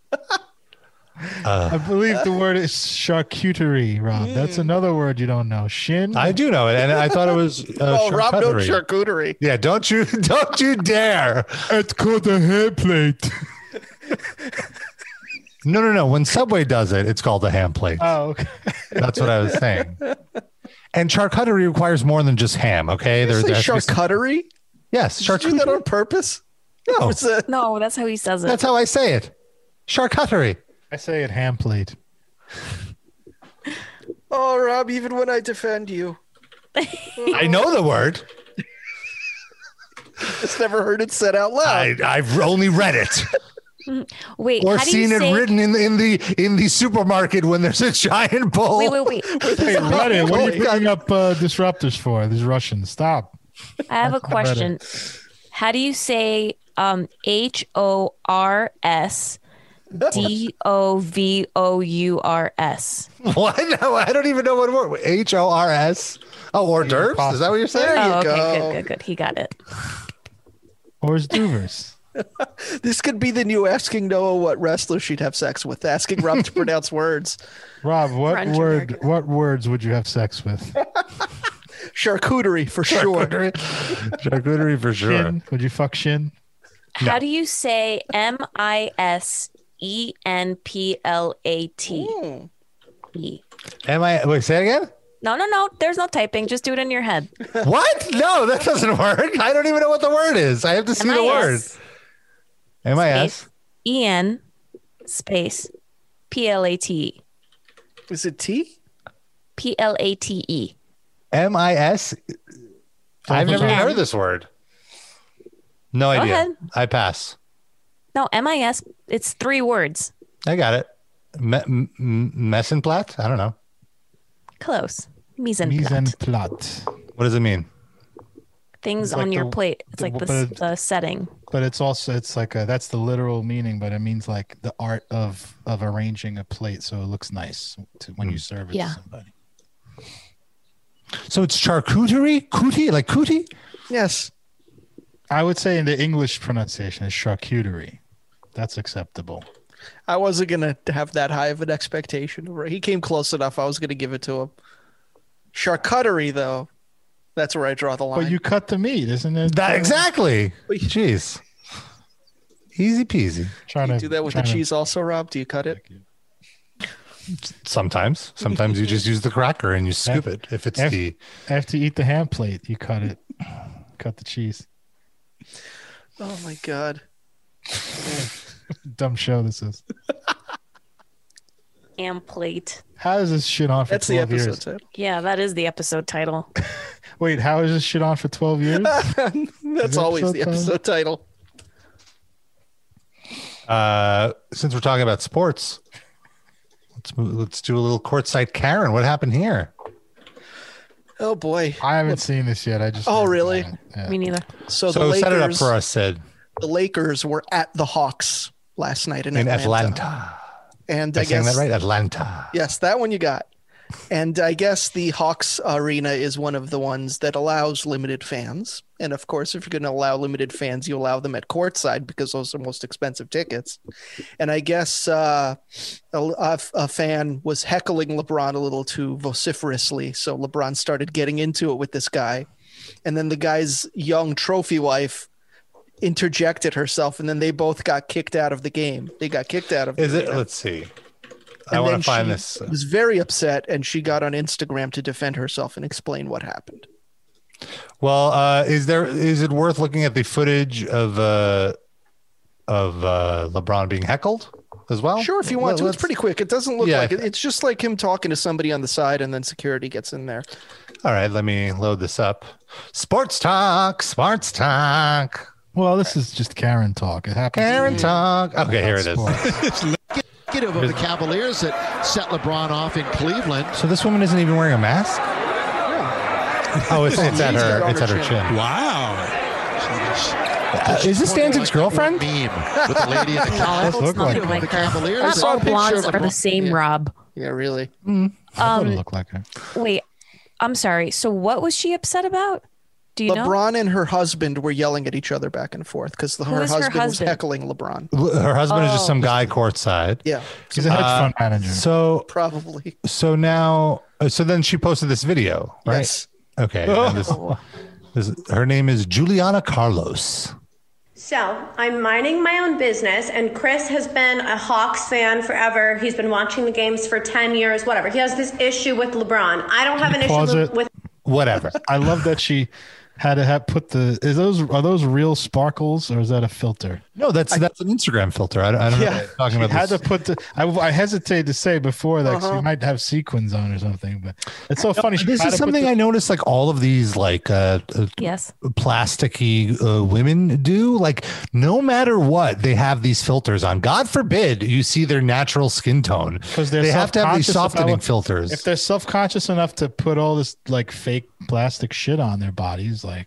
S4: Uh.
S2: I believe the word is charcuterie, Rob. That's another word you don't know. Shin.
S3: I do know it, and I thought it was. Uh,
S5: Oh, Rob, no
S3: charcuterie.
S5: charcuterie.
S3: Yeah, don't you don't you dare.
S2: it's called a ham plate.
S3: No, no, no. When Subway does it, it's called a ham plate.
S2: Oh, okay.
S3: That's what I was saying. And charcuterie requires more than just ham. Okay,
S5: Did
S3: There-
S5: you
S3: there
S5: say
S3: has to be-
S5: charcuterie?
S3: Yes,
S5: Did you do that
S3: charcuterie.
S5: on purpose?
S3: No.
S5: Was that-
S4: No, that's how he says it.
S3: That's how I say it. Charcuterie.
S2: I say it ham plate.
S5: oh, Rob, even when I defend you,
S3: I know the word.
S5: just never heard it said out loud.
S3: I, I've only read it
S4: wait,
S3: or
S4: how do you
S3: seen it
S4: say-
S3: written in the in the in the supermarket when there's a giant bowl.
S4: Wait, wait, wait.
S2: Hey, Reddit, what are you
S3: Holy
S2: bringing up uh, disruptors for? These Russians, stop.
S4: I have a
S2: not Reddit.
S4: question. How do you say um H O R S D O V O U R S?
S3: What? No, I don't even know what word. H O R S. Oh, hors d'oeuvres. Is that what you're saying?
S5: There you
S4: Oh, okay,
S5: go.
S4: good, good, good. He got it.
S2: Or is Duvers?
S3: Uh,
S5: This could be the new asking Noah what wrestler she'd have sex with, asking Rob to pronounce words.
S2: Rob, what
S4: French
S2: word?
S4: American.
S2: What words would you have sex with?
S5: Charcuterie for sure.
S3: Charcuterie. Charcuterie for sure.
S2: Shin? Would you fuck Shin?
S4: How do you say M I S E N P L A T
S2: Hmm.
S4: E?
S3: Am I? Wait, say it again.
S4: No, no, no. There's no typing. Just do it in your head.
S3: What? No, that doesn't work. I don't even know what the word is. I have to see the word. M I S.
S4: E N space P L A T E.
S5: Is it T?
S4: P L A T E.
S3: M I S. I've never even heard this word. No idea.
S4: ahead.
S3: I pass.
S4: No, M I S. It's three words.
S3: I got it. Me- m- m- Messenblatt? I don't know.
S4: Close. Mise en
S2: Mise en
S4: place.
S2: plot.
S3: What does it mean?
S4: Things
S2: like
S4: on your
S2: the-
S4: plate. It's
S2: the-
S4: like the,
S2: but it-
S4: the setting.
S2: but it's also it's like a, that's the literal meaning, but it means like the art of of arranging a plate so it looks nice to, when you
S5: Mm.
S2: serve it
S4: Yeah.
S2: to somebody.
S3: So it's charcuterie, cootie, like cootie.
S5: Yes.
S2: I would say in the English pronunciation is charcuterie. That's acceptable.
S5: I wasn't going to have that high of an expectation. of her. He came close enough. I was going to give it to him. Charcuterie, though, that's where I draw the line.
S2: But you cut the meat, isn't it?
S3: That exactly.
S5: Wait.
S3: Jeez, easy peasy.
S2: Trying
S5: do that with the
S2: trying to-
S5: cheese also, Rob? Do you cut it?
S3: Sometimes, sometimes you just use the cracker and you scoop it if it's
S2: F-
S3: the.
S2: After you eat the ham plate, you cut it. cut the cheese.
S5: Oh, my God.
S2: Dumb show this is.
S4: And plate.
S2: How is this shit on for
S5: That's the
S2: 12
S5: episode
S2: years?
S5: title.
S4: Yeah, that is the episode title.
S2: Wait, how is this shit on for 12 years?
S5: That's always
S2: episode
S5: the
S2: title?
S5: episode title.
S3: Uh, since we're talking about sports, let's move, let's do a little courtside. Karen, what happened here?
S5: Oh, boy.
S2: I haven't seen this yet. I just
S5: Oh,
S2: heard about
S5: really?
S2: it. Yeah.
S4: Me neither.
S5: So, the
S3: So
S5: Lakers,
S3: set it up for us, Sid,
S5: the Lakers were at the Hawks last night in,
S3: in
S5: Atlanta.
S3: Atlanta.
S5: And
S3: Am
S5: I,
S3: I saying
S5: guess
S3: that right? Atlanta.
S5: Yes, that one you got. And I guess the Hawks Arena is one of the ones that allows limited fans. And of course, if you're going to allow limited fans, you allow them at courtside because those are the most expensive tickets. And I guess uh, a, a- a fan was heckling LeBron a little too vociferously. So LeBron started getting into it with this guy. And then the guy's young trophy wife interjected herself. And then they both got kicked out of the game. They got kicked out of the
S3: Is it?
S5: arena.
S3: Let's see. I
S5: And
S3: want
S5: then
S3: to find
S5: she
S3: this. uh,
S5: Was very upset, and she got on Instagram to defend herself and explain what happened.
S3: Well, uh, is there is it worth looking at the footage of uh, of uh, LeBron being heckled as well?
S5: Sure, if you want
S3: Let-
S5: to, it's
S3: let's-
S5: pretty quick. It doesn't look
S3: Yeah,
S5: like
S3: I-
S5: it. It's just like him talking to somebody on the side, and then security gets in there.
S3: All right, let me load this up. Sports talk, sports talk,
S2: Well, this is just Karen talk. It happens.
S3: Karen talk. Okay, here it is.
S9: Negative of the Cavaliers that set LeBron off in Cleveland.
S3: So this woman isn't even wearing a mask. Oh, it's, it's at
S5: She's got
S3: her.
S5: on
S3: It's
S5: her
S3: at her
S5: chin.
S3: chin.
S9: Wow.
S3: Uh, is this Danzig's girlfriend?
S9: Meme with the lady in the
S2: Does
S9: collar.
S2: look like
S4: Not
S2: her.
S4: like
S9: The
S4: her.
S9: Cavaliers
S4: Not
S9: saw a
S4: all
S9: picture
S4: blondes
S9: of
S4: are the
S9: LeBron.
S4: same, Rob.
S5: Yeah, really.
S2: I thought it looked like her.
S4: Wait, I'm sorry. So what was she upset about? Do you know?
S5: LeBron and her husband were yelling at each other back and forth because her,
S4: is her
S5: husband was
S4: husband?
S5: heckling LeBron.
S3: Her husband is just
S4: Oh.
S3: some guy courtside.
S5: Yeah,
S2: She's a hedge fund manager.
S3: So
S5: probably.
S3: so now uh, so then she posted this video, right?
S5: Yes.
S3: Okay. and this- this- her name is Juliana Carlos.
S10: So I'm minding my own business, and Chris has been a Hawks fan forever. He's been watching the games for 10 years, whatever. He has this issue with LeBron. I don't have an
S2: Pause
S10: issue
S2: it.
S10: with
S3: Whatever.
S2: I love that she had to have put the. Is those are those real sparkles or is that a filter?
S3: No, that's that's an Instagram filter. I, don't- I don't know
S5: Yeah.
S3: what you're talking about.
S2: had
S3: This.
S2: to put the. I, I hesitate to say before that 'cause
S10: Uh-huh.
S2: you might have sequins on or something, but it's so funny. She
S3: this
S2: had
S3: is
S2: to put
S3: something
S2: the-
S3: I noticed like all of these like uh, uh
S4: Yes.
S3: plasticky uh, women do like no matter what they have these filters on god forbid you see their natural skin tone
S2: 'Cause they're
S3: they have to have these
S2: self-conscious
S3: softening
S2: about-
S3: filters
S2: if they're self-conscious enough to put all this like fake plastic shit on their bodies like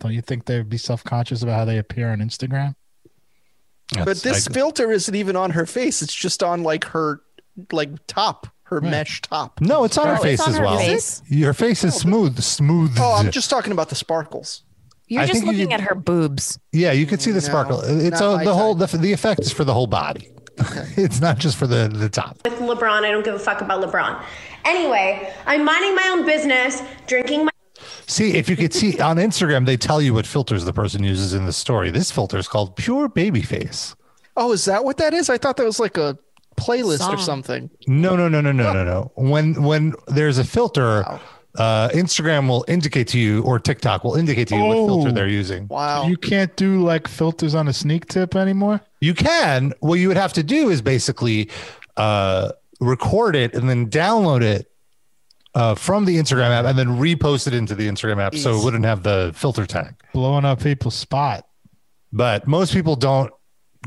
S2: don't you think they'd be self-conscious about how they appear on instagram
S5: But
S3: That's,
S5: this
S3: like,
S5: filter isn't even on her face. It's just on like her, like top, her mesh top.
S3: no it's on her
S4: No,
S3: face
S4: it's on
S3: as
S4: her
S3: well
S4: face.
S3: your face is smooth smooth
S5: Oh, I'm just talking about the sparkles.
S4: You're
S3: I
S4: just
S3: think you
S4: looking
S3: did-
S4: at her boobs.
S3: yeah you can see the sparkle it's
S5: not
S3: uh
S5: my
S3: the whole the, the effect is for the whole body it's not just for the the top
S10: with LeBron. I don't give a fuck about LeBron. Anyway, I'm minding my own business, drinking my
S3: see if you could see on instagram they tell you what filters the person uses in the story this filter is called pure baby face
S5: Oh, is that what that is? I thought that was like a playlist or
S4: Song.
S5: something.
S3: No, no, no, no, no, no, no. When when there's a filter, uh, Instagram will indicate to you, or TikTok will indicate to you what filter
S2: Oh.
S3: they're using.
S5: Wow.
S2: you can't do like filters on a sneak tip anymore
S3: You can. What you would have to do is basically uh, record it and then download it uh, from the Instagram app and then repost it into the Instagram app, so it wouldn't have the filter tag.
S2: blowing up people's spot
S3: But most people don't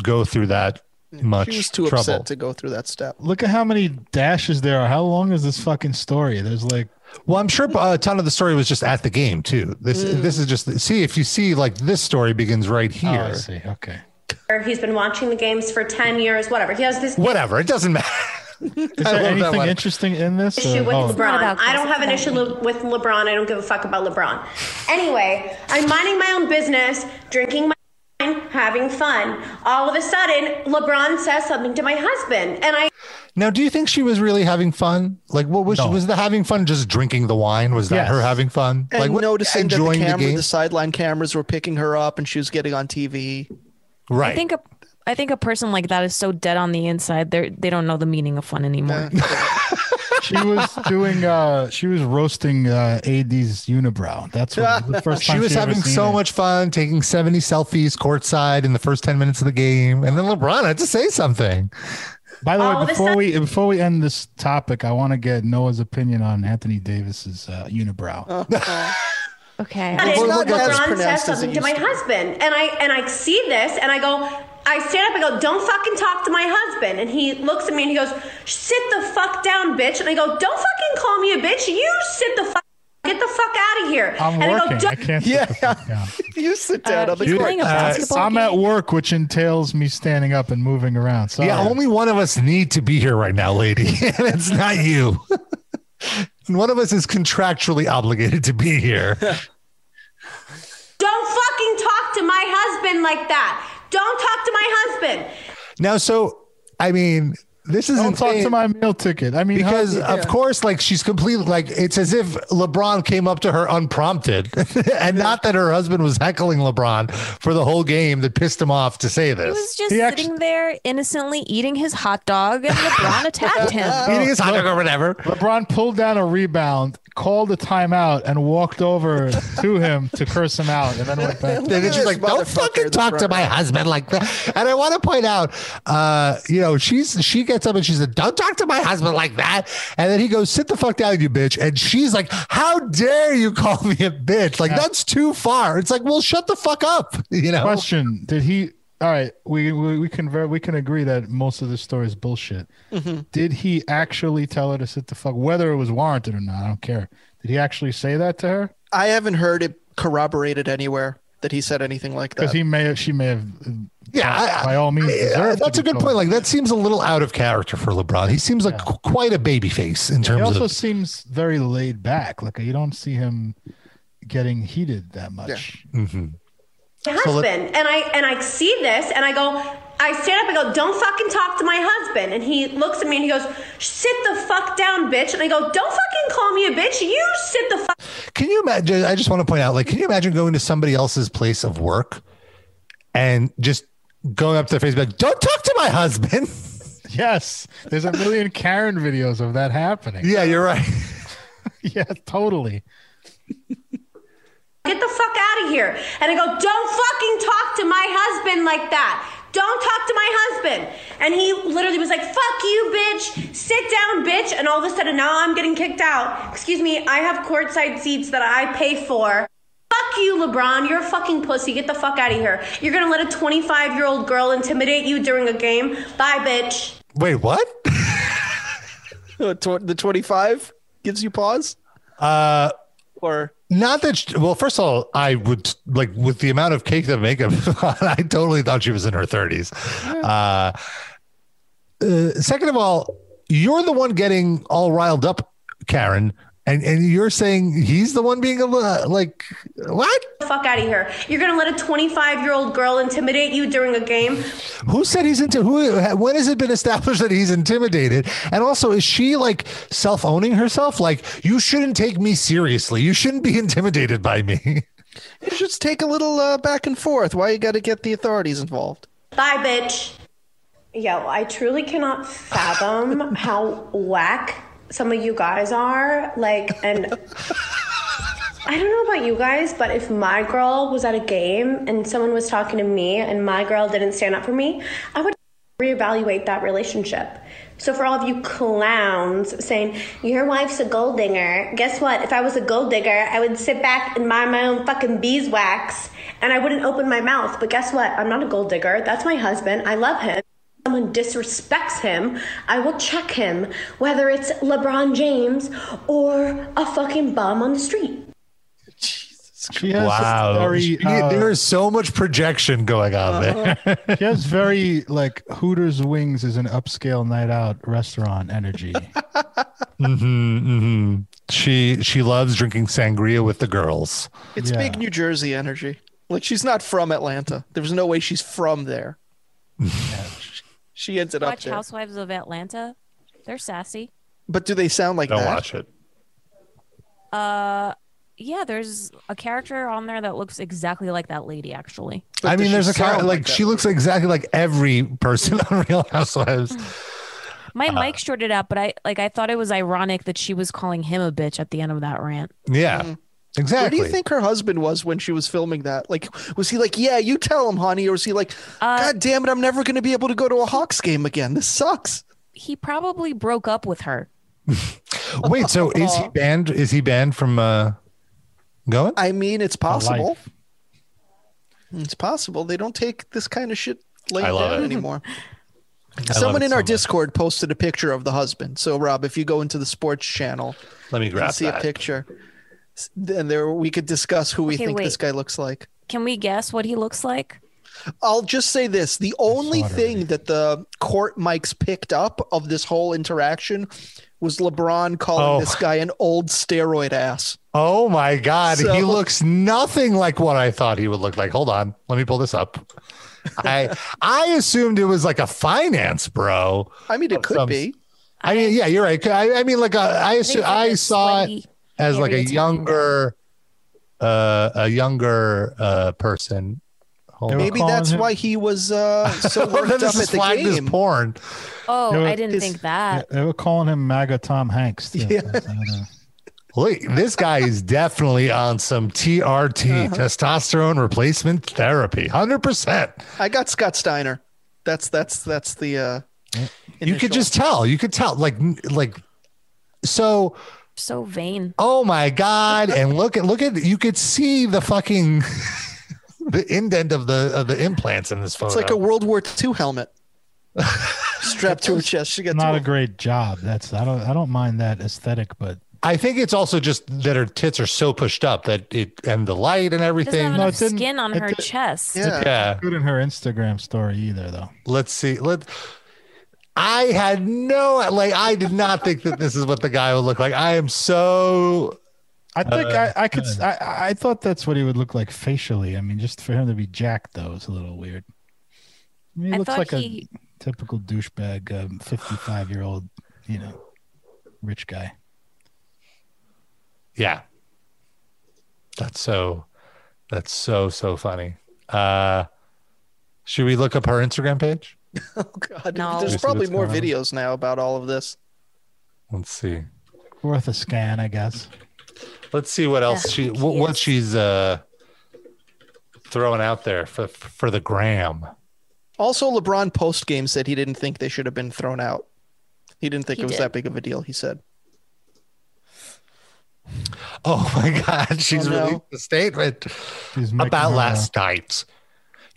S3: go through that much
S5: She was too
S3: trouble.
S5: upset to go through that step.
S2: look at how many dashes there are how long is this fucking story there's like
S3: Well, I'm sure a ton of the story was just at the game too. This this is just see if you see like this story begins right
S2: Oh,
S3: here.
S2: I see. Okay.
S10: Or He's been watching the games for 10 years, whatever. He has this
S3: Whatever, it doesn't matter.
S2: Is
S3: I
S2: there
S3: love that
S2: anything
S3: one.
S2: interesting in this?
S10: issue
S2: or-
S10: with
S2: oh,
S4: not
S10: LeBron.
S4: about
S10: I don't
S4: Chris,
S10: have an
S4: it's
S10: issue
S4: about
S10: le- with LeBron. I don't give a fuck about LeBron. Anyway, I'm minding my own business, drinking my wine, having fun. All of a sudden, LeBron says something to my husband, and I
S3: Now, do you think she was really having fun? Like, what was
S2: No.
S3: was the having fun? Just drinking the wine? Was that
S2: Yes.
S3: her having fun?
S5: And
S3: like what-
S5: noticing that the camera, the,
S3: game?
S5: sideline cameras were picking her up, and she was getting on TV.
S3: right?
S4: I think a I think a person like that is so dead on the inside they they don't know the meaning of fun anymore.
S2: she was doing. Uh, she was roasting uh, AD's unibrow. That's what the first time
S3: she was
S2: ever
S3: having
S2: seen
S3: so
S2: it.
S3: much fun, taking seventy selfies courtside in the first ten minutes of the game, and then LeBron had to say something.
S2: By the
S10: All
S2: way,
S10: of a
S2: before
S10: sudden-
S2: we before we end this topic, I want to get Noah's opinion on Anthony Davis's uh, unibrow.
S4: Okay.
S10: said
S5: It's
S10: it,
S5: not as
S10: LeBron
S5: pronounced as
S10: says
S5: it
S10: something to
S5: used
S10: my
S5: to be.
S10: husband, and I and I see this, and I go. I stand up and go, don't fucking talk to my husband. And he looks at me and he goes, sit the fuck down, bitch. And I go, don't fucking call me a bitch. You sit the fuck, get the fuck out of here.
S2: I'm
S10: and
S2: working.
S10: I go,
S2: I
S10: "Don't-
S2: can't.
S5: Yeah.
S2: Sit the fuck down.
S5: You sit down
S4: Uh,
S5: on
S4: he's
S5: the court.
S4: playing a
S3: uh,
S4: basketball
S2: I'm
S4: game.
S2: at work, which entails me standing up and moving around. So
S3: Yeah, only one of us need to be here right now, lady, and it's not you. and one of us is contractually obligated to be here.
S10: Don't fucking talk to my husband like that. Don't talk to my husband.
S3: now, so I mean, this is
S2: don't talk
S3: insane.
S2: to my meal ticket. I mean, how-
S3: because of course like she's completely like it's as if lebron came up to her unprompted and not that her husband was heckling lebron for the whole game that pissed him off to say
S4: He
S3: this
S4: was just
S2: He
S4: sitting
S2: actu-
S4: there innocently eating his hot dog and LeBron attacked him.
S3: eating his hot dog or whatever
S2: LeBron pulled down a rebound, called a timeout, and walked over to him to curse him out, and then went back.
S3: And then
S5: Look at
S3: she's
S5: this
S3: like, "Don't
S5: motherfucker in
S3: fucking
S5: the
S3: talk to
S5: front
S3: my
S5: row."
S3: husband like that." And I want to point out, uh, you know, she's she gets up and she said, "Don't talk to my husband like that." And then he goes, "Sit the fuck down, you bitch." And she's like, "How dare you call me a bitch? Like that's too far." It's like, well, shut the fuck up, you know.
S2: Question: Did he? All right, we we we can ver- we can agree that most of this story is bullshit. Did he actually tell her to sit the fuck? Whether it was warranted or not, I don't care. Did he actually say that to her?
S5: I haven't heard it corroborated anywhere that he said anything like that.
S2: Because he may have, she may have.
S3: Yeah, I-
S2: by all means,
S3: Yeah,
S2: deserved to
S3: that's a
S2: be
S3: good
S2: told.
S3: point. Like that seems a little out of character for LeBron. He seems like qu- quite a baby face in
S2: He
S3: terms
S2: also
S3: of.
S2: seems very laid back. Like you don't see him getting heated that much.
S10: my
S3: So let-
S10: husband and i and i see this and i go i stand up and go don't fucking talk to my husband and he looks at me and he goes sit the fuck down bitch and i go don't fucking call me a bitch you sit the fuck
S3: Can you imagine? I just want to point out, like, can you imagine going to somebody else's place of work and just going up to their face, and be like, "Don't talk to my husband."
S2: Yes, there's a million Karen videos of that happening.
S3: yeah, you're right.
S2: Yeah, totally.
S10: get the fuck out of here and i go don't fucking talk to my husband like that don't talk to my husband and he literally was like fuck you bitch sit down bitch and all of a sudden now i'm getting kicked out excuse me i have courtside seats that i pay for Fuck you, LeBron. You're a fucking pussy. Get the fuck out of here. You're gonna let a 25 year old girl intimidate you during a game? Bye, bitch.
S3: Wait, what?
S5: Uh, tw- the 25 gives you pause? Uh, or
S3: Not that. She, well, first of all, I would like with the amount of cake that makeup. on, I totally thought she was in her thirties. Uh, uh, second of all, you're the one getting all riled up, Karen, and and you're saying he's the one being a li- like what?
S10: the fuck out of here. You're gonna let a 25 year old girl intimidate you during a game?
S3: Who said he's into who? When has it been established that he's intimidated? And also, is she like self owning herself? Like you shouldn't take me seriously. You shouldn't be intimidated by me.
S5: you should just take a little uh, back and forth. Why you got to get the authorities involved?
S10: Bye, bitch. Yo, I truly cannot fathom how whack some of you guys are. Like, and I don't know about you guys, but if my girl was at a game and someone was talking to me and my girl didn't stand up for me, I would reevaluate that relationship. So, for all of you clowns saying, your wife's a gold digger, guess what? If I was a gold digger, I would sit back and mind my own fucking beeswax and I wouldn't open my mouth. But guess what? I'm not a gold digger. That's my husband. I love him. someone disrespects him, I will check him, whether it's LeBron James or a fucking bum on the street.
S2: She has
S3: wow.
S2: very
S3: She-
S2: uh,
S3: there is so much projection going on
S5: Uh-huh.
S3: there.
S2: she has very like Hooters Wings is an upscale night out restaurant energy.
S3: hmm She she loves drinking sangria with the girls.
S5: It's
S2: Yeah.
S5: big New Jersey energy. Like she's not from Atlanta. There's no way she's from there. she ended up
S4: Watch
S5: there.
S4: Housewives of Atlanta. They're sassy.
S5: But do they sound like
S3: Don't
S5: that?
S3: watch it.
S4: Uh, yeah. There's a character on there that looks exactly like that lady. Actually,
S5: But
S3: I
S5: does
S3: mean,
S5: she
S3: there's a
S5: sound
S3: kind like,
S5: that?
S3: she looks exactly like every person on Real Housewives.
S4: my mic shorted out, but I like I thought it was ironic that she was calling him a bitch at the end of that rant.
S3: Yeah,
S5: Where Mm-hmm. do
S3: exactly.
S5: you think her husband was when she was filming that? Like, was he like, "Yeah, you tell him, honey," or was he like,
S4: Uh,
S5: "God damn it, I'm never going to be able to go to a Hawks game again. This sucks."
S4: He probably broke up with her.
S3: Wait, so is he banned? Is he banned from uh, going?
S5: I mean, it's possible. Hmm, It's possible they don't take this kind of shit laid
S3: I love
S5: down
S3: it.
S5: anymore.
S3: love
S5: Someone
S3: it
S5: in
S3: so
S5: our
S3: much.
S5: Discord posted a picture of the husband. So, Rob, if you go into the sports channel,
S3: Let me
S5: you can
S3: grab
S5: see a
S3: that.
S5: picture. S- And there we could discuss who we
S4: Okay,
S5: think this
S4: wait.
S5: guy looks like.
S4: Can we guess what he looks like?
S5: I'll just say this: the only
S2: saw it
S5: thing that the court mics picked up of this whole interaction was LeBron calling
S3: Oh.
S5: this guy an old steroid ass.
S3: Oh my God,
S5: So-
S3: he looks nothing like what I thought he would look like. Hold on, let me pull this up. I I assumed it was like a finance bro.
S5: I mean, it could
S3: Some-
S5: be.
S3: I mean, yeah, you're right. I, I mean, like a, I assume,
S4: it's like
S3: I
S4: a
S3: saw it
S4: sweaty,
S3: as like a
S4: hairy Italian
S3: younger, uh, a younger uh, person. Hold on.
S2: They were
S5: Maybe
S2: calling
S5: that's
S2: him-
S5: why he was uh, so worked up
S3: this
S5: at
S3: is
S5: the
S3: flagged as
S5: game.
S3: porn.
S4: Oh,
S2: No,
S4: I didn't
S5: it's-
S4: think that.
S2: they were calling him MAGA Tom Hanks. Too.
S5: Yeah.
S2: That's the other-
S3: Look, this guy is definitely on some TRT,
S4: Uh-huh.
S3: testosterone replacement therapy, hundred percent.
S5: I got Scott Steiner. That's that's that's the. Uh,
S3: You could
S5: initial-
S3: just tell. You could tell. Like like so
S4: So vain.
S3: oh my god and look at look at you could see the fucking the indent of the of the implants in this photo.
S5: It's like a World War II helmet strapped to her chest. She got
S2: Not
S5: two
S2: a great job. That's I don't I don't mind that aesthetic, but
S3: I think it's also just that her tits are so pushed up that it and the light and
S4: Doesn't have
S3: everything.
S4: enough
S2: didn't-
S4: skin on
S2: it
S4: her
S2: did-
S4: chest.
S5: Yeah.
S3: yeah.
S2: good in her Instagram story either though.
S3: Let's see. Let I had no like I did not think that this is what the guy would look like. I am so
S4: Uh,
S2: I think I, I could s- I, I- I thought that's what he would look like facially. I mean, just for him to be jacked though is a little weird. I mean, he
S4: I
S2: looks
S4: thought
S2: like
S4: he-
S2: a typical douchebag, um, fifty-five-year-old, you know, rich guy.
S3: Yeah. That's so that's so so funny. Uh should we look up her Instagram page?
S5: Oh God!
S4: No.
S5: There's
S3: See
S5: probably
S3: what's
S5: more
S3: going on.
S5: videos now about all of this.
S3: Let's see.
S2: Worth a scan, I guess.
S3: Let's see what else
S4: Yeah,
S3: she
S4: she
S3: what, what
S4: is.
S3: she's uh throwing out there for for the gram.
S5: Also, LeBron post game said he didn't think they should have been thrown out. He didn't think
S4: He
S5: it was
S4: did.
S5: that big of a deal. He said,
S3: Oh my god, she's
S5: no.
S3: released a statement
S2: He's making
S3: about
S2: her, uh,
S3: last night.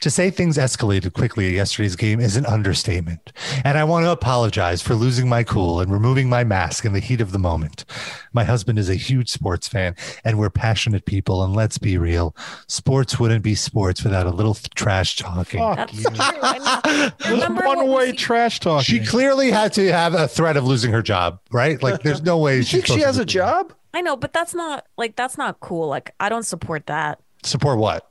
S3: To say things escalated quickly at yesterday's game is an understatement, and I want to apologize for losing my cool and removing my mask in the heat of the moment. My husband is a huge sports fan, and we're passionate people, and let's be real, sports wouldn't be sports without a little th- trash talking.
S2: Fuck
S4: That's
S2: you.
S4: true. I mean, remember what we
S2: One-way
S4: see-
S2: trash talking.
S3: She clearly had to have a threat of losing her job, right? Like, there's no way
S5: "You think she has a job?
S4: I know, but that's not like that's not cool. Like I don't support that.
S3: Support what?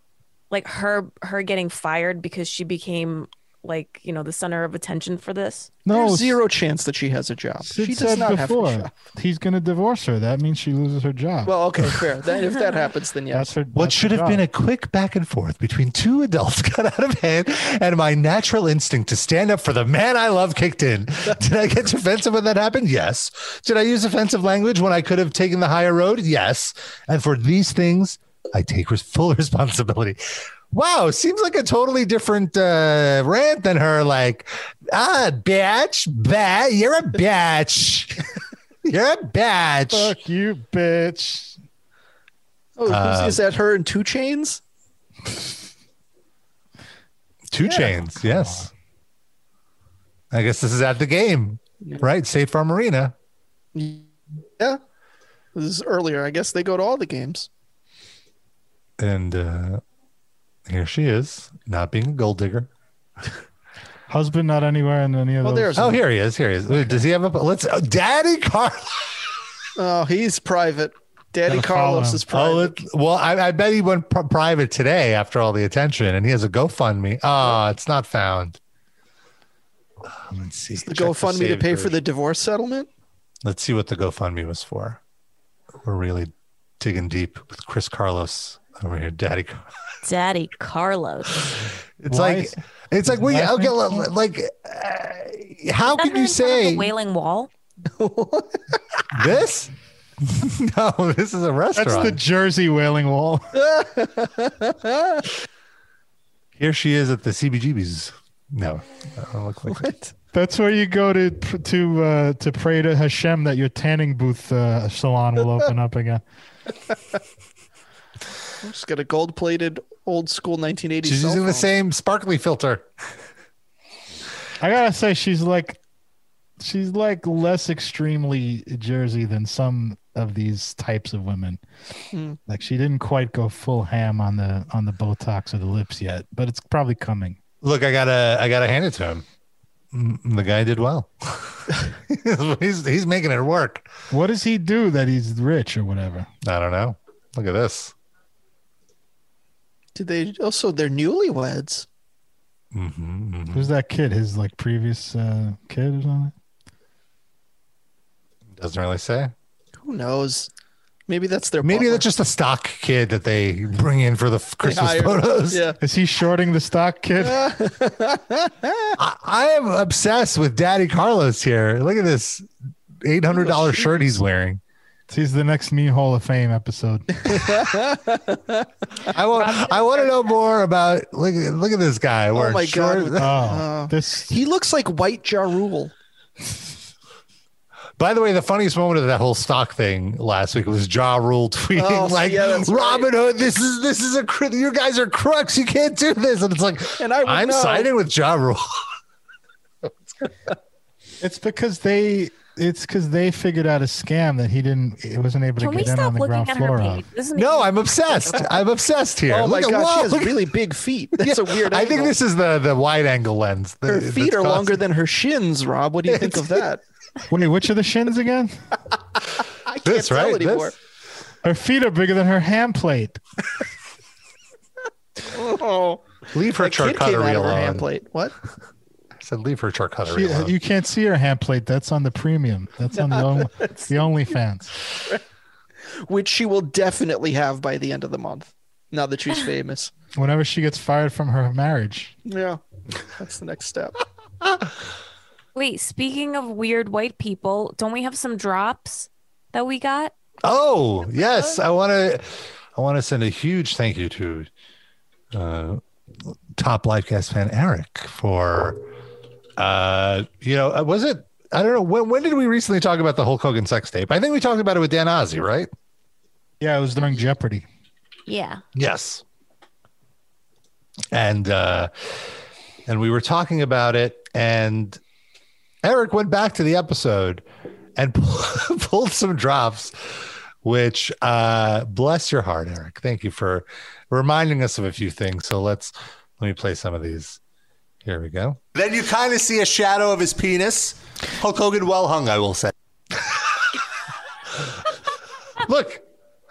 S4: Like her her getting fired because she became like, you know, the center of attention for this.
S2: no
S5: There's zero chance that she has a job.
S2: Sid
S5: she does
S2: said
S5: not
S2: before
S5: have a job."
S2: he's going to divorce her. That means she loses her job.
S5: Well, okay, fair. Then if that happens, then yes.
S2: that's her.
S3: What
S2: that's her
S3: should have
S2: job.
S3: been a quick back and forth between two adults got out of hand, and my natural instinct to stand up for the man I love kicked in. Did I get defensive when that happened? Yes. Did I use offensive language when I could have taken the higher road? Yes. And for these things, I take res- full responsibility. Wow, seems like a totally different uh, rant than her. Like, ah, bitch, bat, you're a bitch. you're a bitch.
S2: Fuck you, bitch.
S5: Oh, who's- is
S3: uh,
S5: that her in two chains?
S3: Oh, Two chains, yes. I guess this is at the game, right? State Farm Arena.
S5: Yeah. This is earlier. I guess they go to all the games.
S3: And uh, here she is, not being a gold digger.
S2: Husband not anywhere in any of
S5: Oh,
S2: those.
S5: there's.
S3: Oh, here he is. Here he is. Wait, Does he have a? Let's. Oh, Daddy Carlos.
S5: Oh, he's private. Daddy
S2: Gotta follow
S5: Carlos
S2: him.
S5: is
S3: Oh,
S5: private.
S3: it, well, I, I bet he went pr- private today after all the attention, and he has a GoFundMe. Ah, it's not found. Uh, Let's see.
S5: the GoFundMe to pay for the divorce settlement.
S3: Let's see what the GoFundMe was for. We're really digging deep with Chris Carlos over here, Daddy. Car-
S4: Daddy Carlos.
S3: It's
S2: Why
S3: like
S2: is-
S3: it's like we
S2: Why is
S3: okay,
S2: that-
S3: look, like uh, how can you
S4: Is that in front of the
S3: say
S4: Wailing Wall?
S3: this? no, this is a restaurant.
S2: That's the Jersey Wailing Wall.
S3: Here she is at the CBGBs. No, I don't look like that.
S2: That's where you go to to uh, to pray to Hashem that your tanning booth uh, salon will open up again.
S5: Just got a gold plated old school 1980s.
S3: She's
S5: cell
S3: using the
S5: phone.
S3: same sparkly filter.
S2: I gotta say, she's like, she's like less extremely Jersey than some of these types of women. Like she didn't quite go full ham on the on the Botox or the lips yet, but it's probably coming.
S3: Look, I gotta, I gotta hand it to him. Mm, The guy did well. he's he's making it work.
S2: What does he do that he's rich or whatever?
S3: I don't know. Look at this.
S5: Did they also? They're newlyweds.
S2: Who's that kid? His like previous uh, kid or something?
S3: Doesn't really say.
S5: Who knows? Maybe that's their.
S3: Maybe
S5: butler.
S3: that's just a stock kid that they bring in for the f-
S5: They
S3: Christmas
S5: hired-
S3: photos.
S5: Yeah.
S2: Is he shorting the stock kid?
S3: I, I am obsessed with Daddy Carlos here. Look at this eight hundred dollar
S5: Oh,
S3: shirt he's wearing.
S2: He's the next Me Hall of Fame episode.
S3: I want, I want to know more about. Look, at- look at this guy.
S5: Oh
S3: wearing
S5: my
S3: short-
S5: god.
S2: Oh, this
S5: He looks like White Ja Rule.
S3: By the way, the funniest moment of that whole stock thing last week was Ja Rule tweeting
S5: Oh,
S3: like,
S5: yeah, that's right.
S3: "Robin Hood, this is this is a cr- you guys are crooks. You can't do this." And it's like,
S5: And I would
S3: I'm
S5: know.
S3: siding with Ja Rule.
S2: It's because they it's because they figured out a scam that he didn't it wasn't able to
S4: Can we
S2: get in on
S4: stop
S2: the
S4: looking
S2: ground
S4: at
S2: floor
S4: her
S2: of.
S4: page? This is
S3: No, I'm obsessed. I'm obsessed here.
S5: Oh my
S3: Look at-
S5: god,
S3: whoa,
S5: she has
S3: look at-
S5: really big feet. That's a weird.
S3: I think
S5: angle.
S3: this is the the wide angle lens.
S5: Her
S3: that-
S5: feet
S3: that's
S5: are
S3: caused-
S5: longer than her shins, Rob. What do you think of that?
S2: Wait, which are the shins again?
S5: I can't
S3: This,
S5: tell
S3: right? This?
S5: anymore.
S2: Her feet are bigger than her hand plate.
S5: Oh,
S3: Leave her
S5: that kid came
S3: charcuterie
S5: out of her hand
S3: alone.
S5: plate. What?
S3: I said, leave her charcuterie
S2: She-
S3: alone.
S2: you can't see her hand plate. That's on the premium. That's on the only, the OnlyFans.
S5: Which she will definitely have by the end of the month. Now that she's famous.
S2: Whenever she gets fired from her marriage,
S5: Yeah, that's the next step.
S4: Wait, speaking of weird white people, don't we have some drops that we got?
S3: Oh yes, I want to. I want to send a huge thank you to uh, top livecast fan Eric for. Uh, you know, uh, was it? I don't know. When when did we recently talk about the Hulk Hogan sex tape? I think we talked about it with Dan Ozzie, right?
S2: yeah, it was during Jeopardy.
S4: Yeah.
S3: Yes. And uh, and we were talking about it, and Eric went back to the episode and pull, pulled some drops, which uh, bless your heart, Eric. Thank you for reminding us of a few things. So let's let me play some of these. Here we go. Then you kind of see a shadow of his penis. Hulk Hogan well hung, I will say. Look,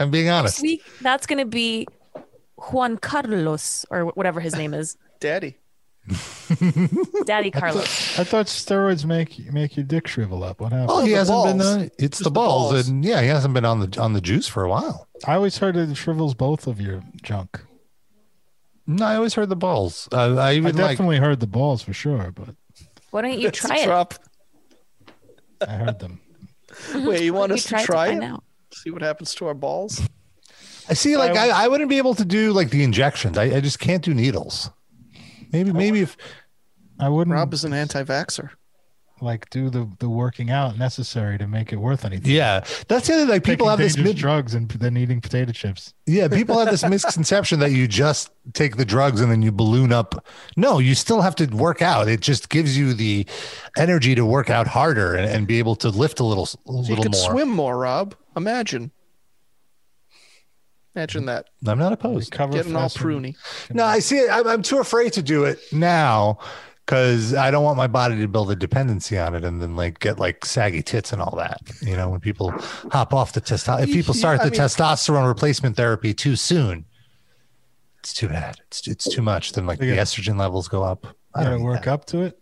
S3: I'm being honest.
S4: Week that's gonna be Juan Carlos or wh- whatever his name is.
S5: Daddy.
S4: Daddy Carlos.
S2: I thought steroids make make your dick shrivel up. What happened?
S3: Well, he
S5: the
S3: hasn't been.
S5: balls.
S3: Uh, it's
S5: Just
S3: the
S5: the
S3: balls,
S5: balls.
S3: and yeah, he hasn't been on the on the juice for a while.
S2: I always heard it shrivels both of your junk.
S3: No, I always heard the balls. Uh, I
S2: I
S3: even like.
S2: definitely heard the balls for sure, but
S4: Why don't you try it?
S5: Drop.
S2: I heard them.
S5: Wait, you want
S4: You
S5: us
S4: tried
S5: to
S4: to
S5: try
S4: find
S5: it?
S4: out.
S5: See what happens to our balls?
S3: I see. Like I, I, wouldn't be able to do like the injections. I, I just can't do needles. Maybe maybe if
S2: I wouldn't.
S5: Rob is an anti vaxxer.
S2: like do the the working out necessary to make it worth anything.
S3: Yeah, that's the other thing. People
S2: Taking
S3: have this
S2: dangerous
S3: mid-
S2: drugs and then eating potato chips.
S3: Yeah, people have this misconception that you just take the drugs and then you balloon up. No, you still have to work out. It just gives you the energy to work out harder and, and be able to lift a little, a
S5: You
S3: little
S5: could
S3: more.
S5: swim more, Rob. Imagine. Imagine that.
S3: I'm not opposed.
S2: Recover
S5: Getting all
S2: faster.
S5: pruny.
S3: No, I see it. I'm, I'm too afraid to do it now because I don't want my body to build a dependency on it and then like get like saggy tits and all that. You know, when people hop off the testosterone, if people
S5: Yeah,
S3: start
S5: I
S3: the
S5: mean-
S3: testosterone replacement therapy too soon, it's too bad. It's it's too much. Then like the
S2: Yeah.
S3: estrogen levels go up. I don't
S2: You gotta
S3: need
S2: work
S3: that.
S2: up to it.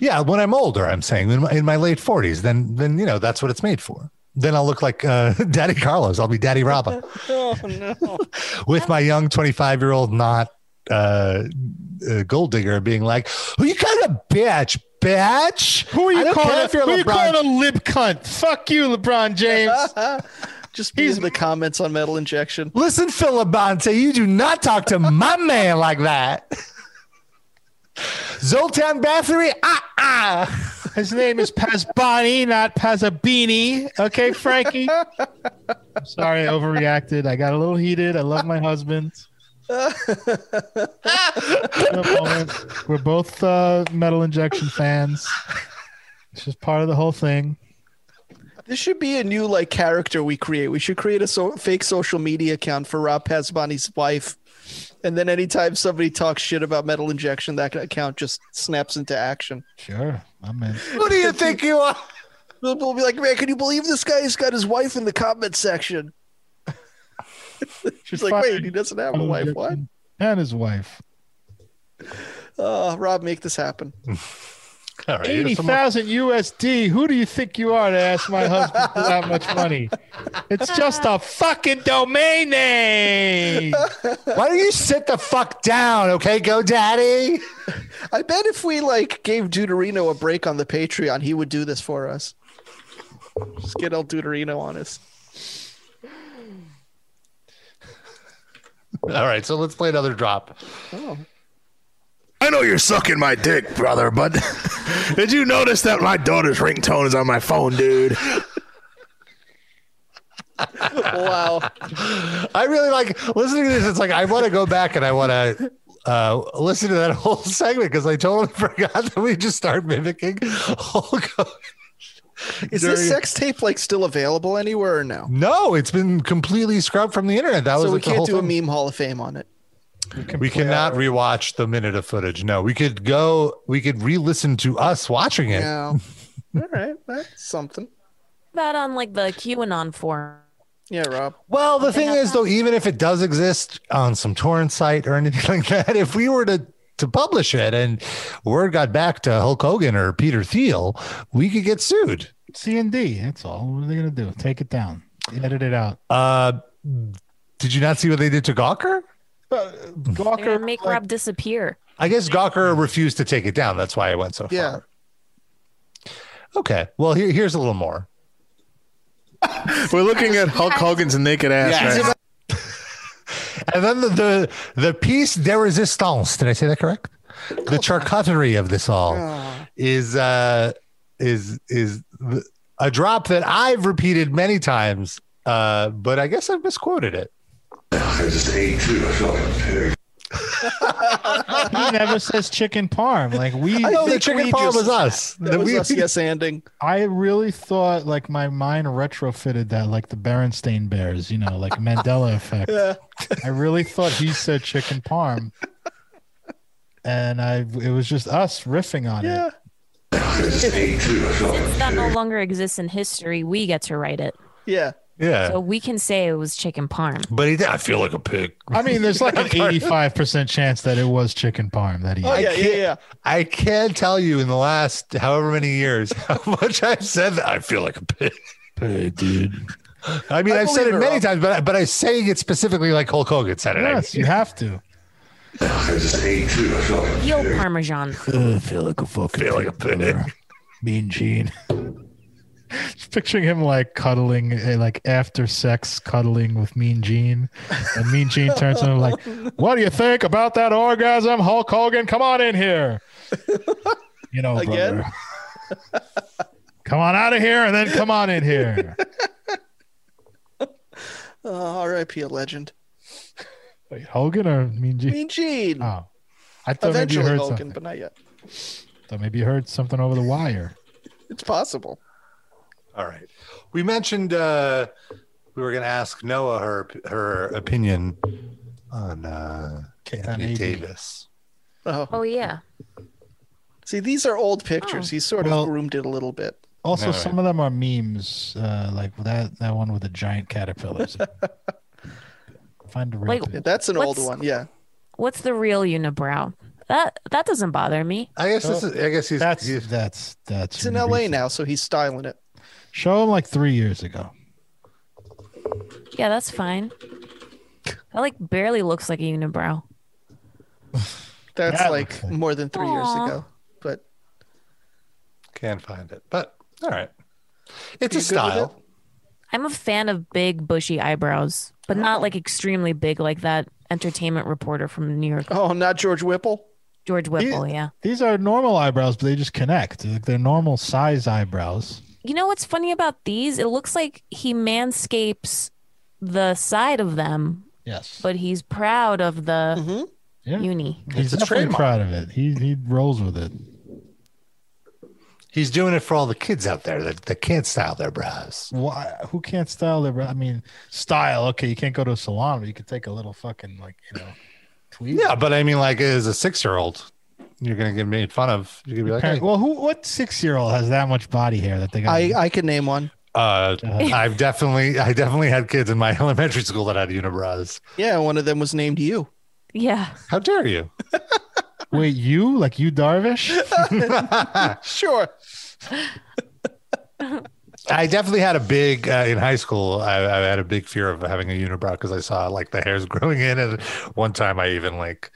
S3: Yeah, when I'm older, I'm saying in my, in my late 40s, then then you know that's what it's made for. Then I'll look like uh, Daddy Carlos. I'll be Daddy Robin
S5: Oh no.
S3: with my young 25 year old not uh, uh, gold digger being like, "Who you kind of bitch, bitch?
S2: Who are
S3: I
S2: you
S3: don't
S2: calling?
S3: care
S2: A,
S3: if you're
S2: who are you
S3: LeBron."
S2: calling a lib cunt? Fuck you, LeBron James.
S5: Just be in the comments on metal injection.
S3: Listen, Phil Labonte, you do not talk to my man like that. Zoltan Bathory, ah ah.
S2: His name is Pasbani, not Pazabini. Okay, Frankie. I'm sorry, I overreacted. I got a little heated. I love my husband. No moment. We're both uh, metal injection fans. It's just part of the whole thing.
S5: This should be a new like character we create. We should create a so- fake social media account for Rob Pasbani's wife. And then anytime somebody talks shit about metal injection, that account just snaps into action.
S2: Sure, I'm in.
S3: Who do you think you are?
S5: We'll, we'll be like, man, can you believe this guy's got his wife in the comment section? She's like, wait, he doesn't have a wife. What?
S2: And his wife.
S5: Oh, Rob, make this happen.
S3: All right,
S2: Eighty
S3: here's some more-
S2: thousand USD. Who do you think you are to ask my husband for that much money? It's just a fucking domain name.
S3: Why don't you sit the fuck down, okay, go daddy?
S5: I bet if we like gave Deuterino a break on the Patreon, he would do this for us. Just get El Deuterino on us.
S3: All right, so let's play another drop.
S11: I know you're sucking my dick, brother, but did you notice that my daughter's ringtone is on my phone, dude?
S5: Wow.
S3: I really like listening to this. It's like I want to go back and I want to uh, listen to that whole segment because I totally forgot that we just started mimicking Hulk. Hogan.
S5: Is this sex tape like still available anywhere or no?
S3: No, it's been completely scrubbed from the internet.
S2: Oh,
S3: That was
S5: So we
S3: like the whole
S5: can't do a
S3: thing.
S5: meme Hall of Fame on it.
S3: We cannot rewatch the minute of footage. No, we could go. We could re-listen to us watching it.
S5: No. All right, that's something.
S4: About on like the QAnon forum.
S5: Yeah, Rob.
S3: Well, the thing
S4: that's
S3: is, though, even if it does exist on some torrent site or anything like that, if we were to to publish it and word got back to Hulk Hogan or Peter Thiel, we could get sued.
S2: C and D. That's all. What are they gonna do? Take it down. Edit it out.
S3: Uh, did you not see what they did to Gawker?
S4: They're gonna
S2: Gawker,
S4: make
S2: like,
S4: Rob disappear.
S3: I guess Gawker refused to take it down. That's why it went so far.
S5: Yeah.
S3: Okay. Well, here, here's a little more.
S11: We're looking at Hulk Hogan's naked ass.
S3: Yes.
S11: Right?
S3: And then the, the the piece de resistance. Did I say that correct? The charcuterie of this all is uh is is th- a drop that I've repeated many times, uh, but I guess I've misquoted it.
S11: I just ate too. I felt like a pig.
S2: he never says chicken parm. Like we,
S3: No, the
S5: think
S3: chicken
S5: we
S3: parm
S5: just-
S3: was us.
S5: That
S3: The-
S5: was
S3: we-
S5: us yes anding.
S2: I really thought like my mind retrofitted that, like the Berenstain Bears, you know, like Mandela effect.
S5: Yeah.
S2: I really thought he said chicken parm, and I it was just us riffing on
S5: Yeah.
S2: it.
S11: I just ate too. I felt
S4: Since
S11: like
S4: that no longer exists in history, we get to write it.
S5: Yeah.
S3: yeah,
S4: So we can say it was chicken parm.
S3: but he did. I feel like a pig.
S2: I mean, there's like an eighty-five percent chance that it was chicken parm that he.
S5: Oh,
S2: ate.
S5: yeah, yeah,
S3: can't-
S5: yeah.
S3: I can tell you in the last however many years how much I've said that I feel like a pig. dude. I mean, I
S5: I
S3: have said it
S5: believe it,
S3: many
S5: Rob.
S3: times, but I- but I'm saying it specifically like Hulk Hogan said it. I
S2: Yes, you have to.
S11: I just ate too. I felt like
S4: Eel parmesan.
S2: Uh, feel like a fucking
S3: feel like a pig.
S2: Mean Gene. Just picturing him like cuddling, eh, like after sex, cuddling with Mean Gene, and Mean Gene turns to him like, "What do you think about that orgasm, Hulk Hogan? Come on in here." You know,
S5: Again?
S2: brother. come on out of here and then come on in here.
S5: Uh, R.I.P. a legend.
S2: Wait, Hogan or Mean Gene?
S5: Mean Gene.
S2: Oh, I thought maybe you
S5: Eventually
S2: heard
S5: Hogan,
S2: something.
S5: but not yet.
S2: Thought maybe you heard something over the wire.
S5: It's possible.
S3: All right. We mentioned uh, we were going to ask Noah her her opinion on uh, Anthony
S2: AB.
S3: Davis.
S5: Oh.
S4: Oh yeah.
S5: See, these are old
S4: Oh.
S5: pictures. He sort of
S2: Well-
S5: groomed it a little bit.
S2: Also,
S3: All right.
S2: some of them are memes, uh, like that that one with the giant caterpillars. Find a real
S4: Like,
S2: pic-
S5: That's an old
S4: What's-
S5: one. Yeah.
S4: What's the real unibrow? That that doesn't bother me.
S3: I guess
S5: Oh,
S3: this is. I guess he's.
S2: that's
S3: he's
S2: that's that's
S5: It's in LA now, so he's styling it.
S2: Show him like three years ago.
S4: Yeah, that's fine. That like barely looks like a unibrow.
S5: That's
S2: That
S5: like
S2: looks like-
S5: more than three
S4: Aw.
S5: years ago. But
S3: can't find it, but all right. It's
S5: You
S3: a
S5: good with
S3: style.
S4: I'm a fan of big bushy eyebrows, but not like extremely big like that entertainment reporter from New York
S5: oh, not George Whipple.
S4: George Whipple, yeah.
S2: These are normal eyebrows, but they just connect. Like they're normal size eyebrows.
S4: You know what's funny about these? It looks like he manscapes the side of them,
S2: Yes,
S4: but he's proud of the
S2: Yeah.
S4: uni.
S2: he's
S3: a
S2: definitely
S3: trademark.
S2: proud of it. He he rolls with it.
S3: He's doing it for all the kids out there that, that can't style their brows.
S2: Why? Who can't style their? bro- I mean, style. Okay, you can't go to a salon, but you could take a little fucking like you know, tweet.
S3: Yeah, but I mean, like as a six year old, you're gonna get made fun of. You're gonna be like,
S2: Parent-
S3: hey,
S2: well, who? What six year old has that much body hair that they got?
S5: I, I could name one.
S3: uh, I've definitely, I definitely had kids in my elementary school that had unibrows.
S5: Yeah, one of them was named you.
S4: Yeah.
S3: How dare you?
S2: Wait, you like you Darvish?
S5: Sure.
S3: I definitely had a big uh, in high school. I, I had a big fear of having a unibrow because I saw like the hairs growing in, and one time I even like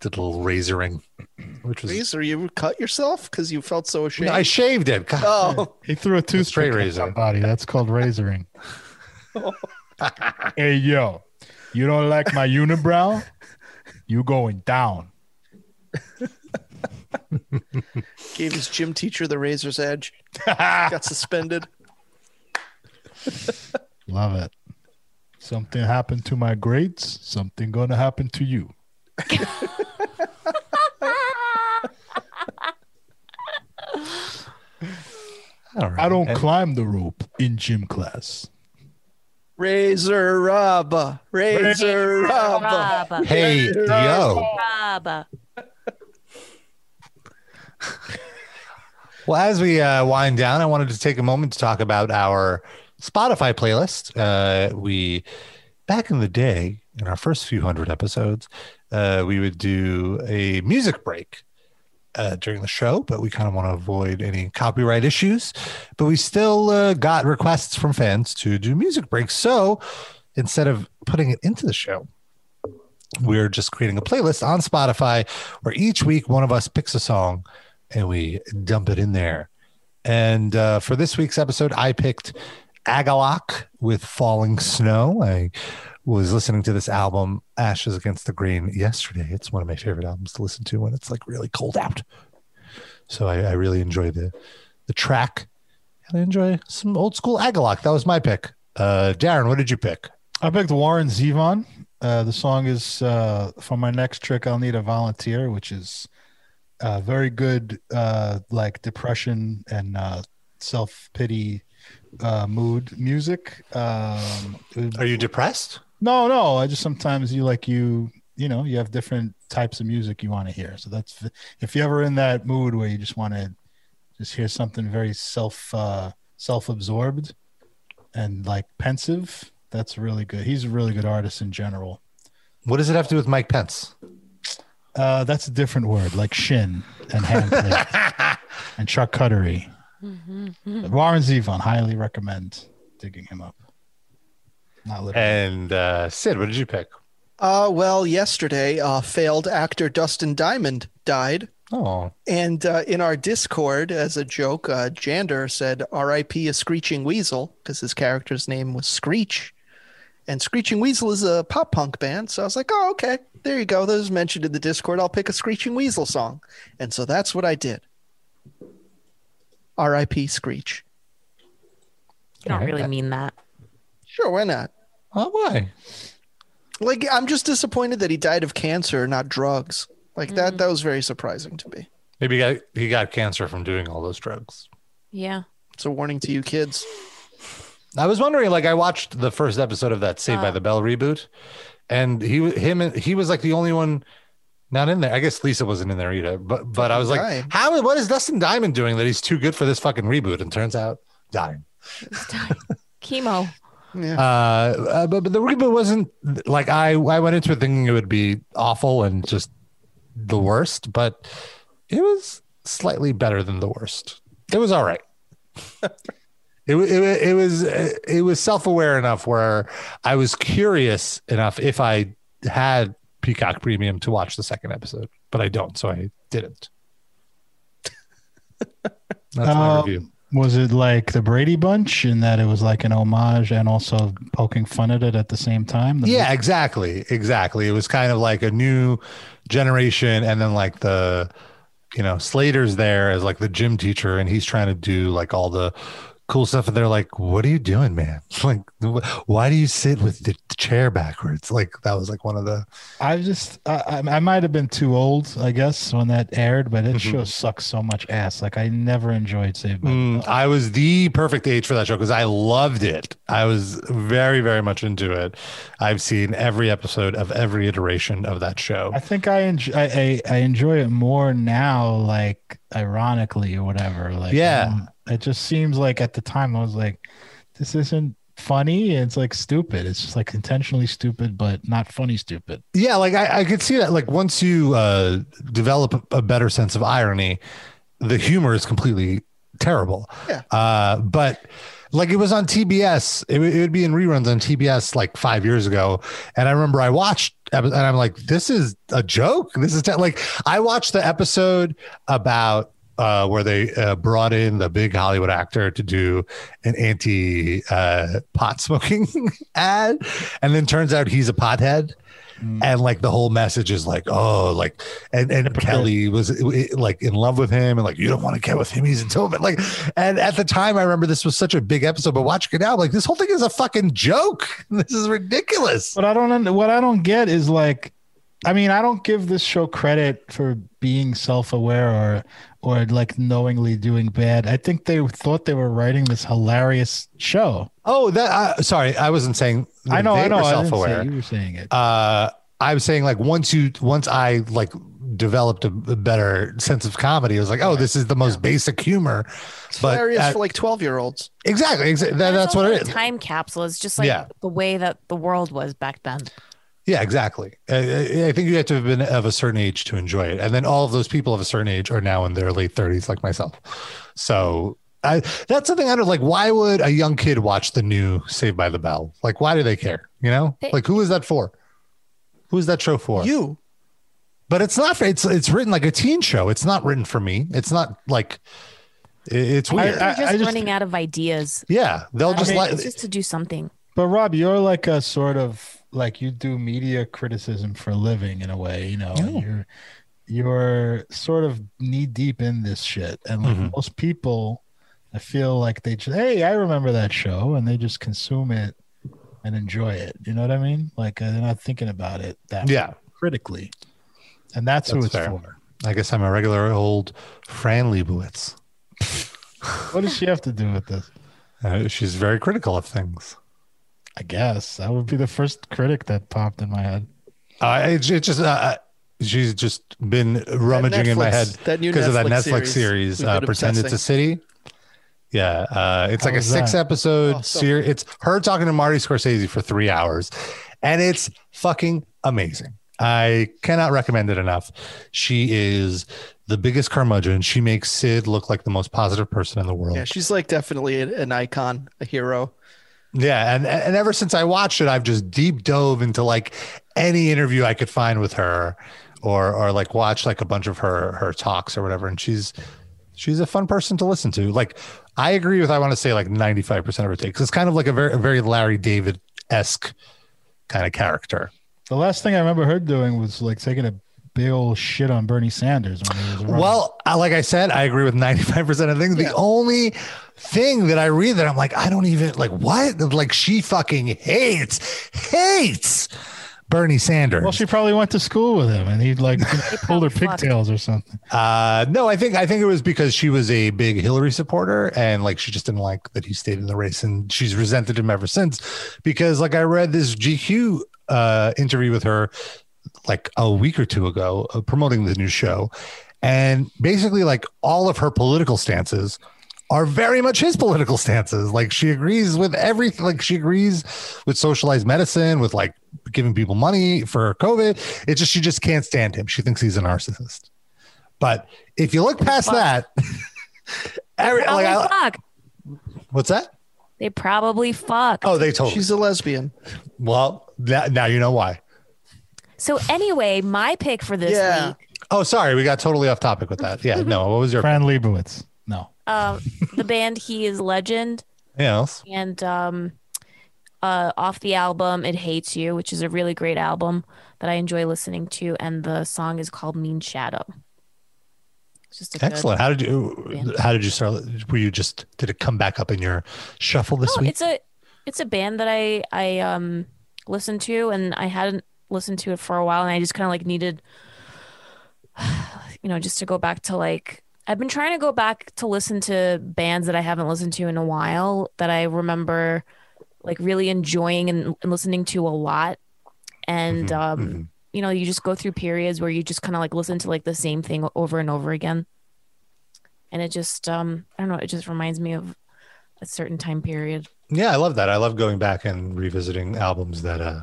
S3: did a little razoring, which was
S5: Razor, you cut yourself because you felt so ashamed.
S3: I shaved it. God.
S5: oh,
S2: he threw a toothpick
S3: straight
S2: at my
S3: razor.
S2: body. That's called razoring. hey yo, you don't like my unibrow? You going down?
S5: gave his gym teacher the razor's edge. Got suspended.
S2: Love it. Something happened to my grades. Something gonna happen to you.
S3: All right.
S2: I don't climb the rope in gym class.
S5: Razor Rubba. Razor Rubba.
S4: Baba.
S3: Hey yo.
S4: Baba.
S3: Well, as we uh, wind down, I wanted to take a moment to talk about our Spotify playlist. Uh, we back in the day, in our first few hundred episodes, uh, we would do a music break uh, during the show, but we kind of want to avoid any copyright issues. But we still uh, got requests from fans to do music breaks, so instead of putting it into the show. We're just creating a playlist on Spotify where each week one of us picks a song and we dump it in there. And uh, for this week's episode, I picked Agalock with Falling Snow. I was listening to this album, Ashes Against the Grain, yesterday. It's one of my favorite albums to listen to when it's like really cold out. So I, I really enjoy the the track. And I enjoy some old school Agalock. That was my pick. Uh, Darren, what did you pick?
S2: I picked Warren Zevon. Uh, the song is uh, for my next trick. I'll need a volunteer, which is uh, very good, uh, like depression and uh, self pity uh, mood music. Um,
S3: Are you depressed?
S2: no, no. I just sometimes you like you, you know, you have different types of music you want to hear. So that's if you're ever in that mood where you just want to just hear something very self uh, self absorbed and like pensive. That's really good. He's a really good artist in general.
S3: What does it have to do with Mike Pence?
S2: Uh, that's a different word, like shin and hand plate and charcuterie. Warren Zevon, highly recommend digging him up. Not literally.
S3: And uh, Sid, what did you pick?
S5: Uh, well, yesterday, uh, failed actor Dustin Diamond died.
S3: Oh,
S5: And uh, in our Discord, as a joke, uh, Jander said R.I.P. a Screeching Weasel because his character's name was Screech. And Screeching Weasel is a pop punk band. So I was like, oh, okay, there you go. That was mentioned in the Discord. I'll pick a Screeching Weasel song. And so that's what I did. R.I.P. Screech.
S4: You don't really mean that.
S5: Sure, why not?
S3: uh, why?
S5: Like, I'm just disappointed that he died of cancer, not drugs. Like that. That was very surprising to me.
S3: Maybe he got, he got cancer from doing all those drugs.
S4: Yeah.
S5: It's a warning to you kids.
S3: I was wondering, like, I watched the first episode of that Saved by the Bell reboot, and he, w- him, and- he was like the only one not in there. I guess Lisa wasn't in there either. But, but I was like,
S5: Dying.
S3: how? What is Dustin Diamond doing that he's too good for this fucking reboot? And turns out, dying.
S4: Chemo.
S5: Yeah.
S3: Uh, uh, but, but the reboot wasn't like I, I went into it thinking it would be awful and just the worst, but it was slightly better than the worst. It was all right. It, wa- it, wa- it was it was self-aware enough where I was curious enough if I had Peacock Premium to watch the second episode, but I don't, so I didn't. That's my
S2: Um,
S3: review.
S2: Was it like the Brady Bunch in that it was like an homage and also poking fun at it at the same time? The-
S3: Yeah, exactly, exactly. It was kind of like a new generation, and then like the you know Slater's there as like the gym teacher, and he's trying to do like all the cool stuff, and they're like, "What are you doing, man? Like, wh- why do you sit with the the chair backwards?" Like that was like one of the
S2: I just I, I I might have been too old, I guess, when that aired, but it
S3: Mm-hmm.
S2: show sucks so much ass. Like I never enjoyed Saved by
S3: Mm, I was the perfect age for that show because I loved it. I was very, very much into it. I've seen every episode of every iteration of that show.
S2: I think I enjoy I, I, I enjoy it more now, like ironically or whatever. Like
S3: Yeah.
S2: um, it just seems like at the time I was like, this isn't funny. It's like stupid. It's just like intentionally stupid, but not funny stupid.
S3: Yeah, like I, I could see that. Like once you uh, develop a- a better sense of irony, the humor is completely terrible.
S5: Yeah.
S3: Uh, but like it was on TBS, it, would- it would be in reruns on TBS like five years ago, and I remember I watched epi- and I'm like, this is a joke. This is te-. like I watched the episode about. Uh, where they uh, brought in the big Hollywood actor to do an anti uh, pot smoking ad, and then turns out he's a pothead and like the whole message is like oh like and and kelly was like in love with him and like you don't want to get with him he's in tobin like and at the time i remember this was such a big episode but watching it now I'm like this whole thing is a fucking joke this is ridiculous
S2: But I don't under- what I don't get is like I mean, I don't give this show credit for being self-aware or or like knowingly doing bad. I think they thought they were writing this hilarious show.
S3: oh that uh, sorry i wasn't saying that
S2: I know,
S3: they
S2: I know.
S3: were
S2: I didn't say
S3: self-aware
S2: you were saying it.
S3: uh i was saying like once you once i like developed a, a better sense of comedy i was like oh this is the most basic humor but
S5: Hilarious
S3: at-
S5: for like 12 year olds.
S3: exactly, exactly that, that's what it is
S4: Time capsule is just like
S3: Yeah.
S4: the way that the world was back then.
S3: Yeah, exactly. I, I- I think you have to have been of a certain age to enjoy it, and then all of those people of a certain age are now in their late thirties, like myself. So I, that's something I don't like. Why would a young kid watch the new Saved by the Bell? Like, why do they care? You know,
S4: They-
S3: like who is that for? Who is that show for?
S5: You.
S3: But it's not. for- It's it's written like a teen show. It's not written for me. It's not like it- it's
S4: They're
S3: weird.
S4: just running out of ideas.
S3: yeah, they'll
S4: I
S3: just
S4: mean,
S3: like
S4: it's just to do something.
S2: But Rob, you're like a sort of like you do media criticism for a living in a way, you know.
S3: Oh.
S2: and You're you're sort of knee deep in this shit, and
S3: Mm-hmm.
S2: like most people, I feel like they just hey, I remember that show, and they just consume it and enjoy it. You know what I mean? Like uh, they're not thinking about it that
S3: yeah.
S2: critically, and that's, who
S3: That's
S2: it's
S3: fair.
S2: for.
S3: I guess I'm a regular old Fran Lebowitz.
S2: What does she have to do with this?
S3: Uh, she's very critical of things.
S2: I guess that would be the first critic that popped in my head.
S3: Uh, it, it just uh, she's just been rummaging in my
S5: Netflix-
S3: head
S5: that new
S3: because of that
S5: Netflix
S3: Netflix
S5: series
S3: series,
S5: we've
S3: uh,
S5: been
S3: "Pretend It's a City." Yeah, uh, it's
S2: How
S3: like a
S2: was that?
S3: six episode
S5: Oh, so-
S3: series. It's her talking to Marty Scorsese for three hours, and it's fucking amazing. I cannot recommend it enough. She is the biggest curmudgeon. She makes Sid look like the most positive person in the world.
S5: Yeah, she's like definitely an an icon, a hero.
S3: Yeah, and and ever since I watched it, I've just deep dove into like any interview I could find with her, or or like watch like a bunch of her her talks or whatever. And she's she's a fun person to listen to. Like I agree with I want to say like ninety five percent of her takes. It's kind of like a very a very Larry David esque kind of character.
S2: The last thing I remember her doing was like taking a big old shit on Bernie Sanders when he was around.
S3: Well, I- like I said, I agree with 95% of things. The only thing that I read that I'm like, I don't even like what? Like she fucking hates, hates Bernie Sanders.
S2: Well, she probably went to school with him, and he'd like pulled her pigtails or something.
S3: Uh, no, I think I think it was because she was a big Hillary supporter and like she just didn't like that he stayed in the race and she's resented him ever since. Because like I read this GQ uh, interview with her like a week or two ago uh, promoting the new show, and basically like all of her political stances are very much his political stances. Like she agrees with everything. Like she agrees with socialized medicine, with like giving people money for COVID. It's just she just can't stand him. She thinks he's a narcissist. But if you look past that, every, like,
S4: Probably
S3: I-
S4: Oh, fuck.
S3: what's that?
S4: They probably fuck.
S3: Oh, they told.
S5: She's a lesbian.
S3: Well, that, now you know why.
S4: So anyway, my pick for this week,
S3: Oh, sorry, we got totally off topic with that. Yeah, no. What was your
S2: Fran Lebowitz? No.
S4: um, the band He Is Legend,
S3: Anything else?
S4: and um, uh, off the album It Hates You, which is a really great album that I enjoy listening to, and the song is called Mean Shadow. It's just a good-
S3: Excellent. How did you? How did you start? Were you just? Did it come back up in your shuffle this
S4: No,
S3: week?
S4: it's a it's a band that I I um listened to and I hadn't listened to it for a while and I just kind of like needed you know just to go back to like I've been trying to go back to listen to bands that I haven't listened to in a while that I remember like really enjoying and, and listening to a lot and
S3: Mm-hmm,
S4: um you know you just go through periods where you just kind of like listen to like the same thing over and over again and it just um I don't know it just reminds me of a certain time period
S3: Yeah, I love that. I love going back and revisiting albums that uh,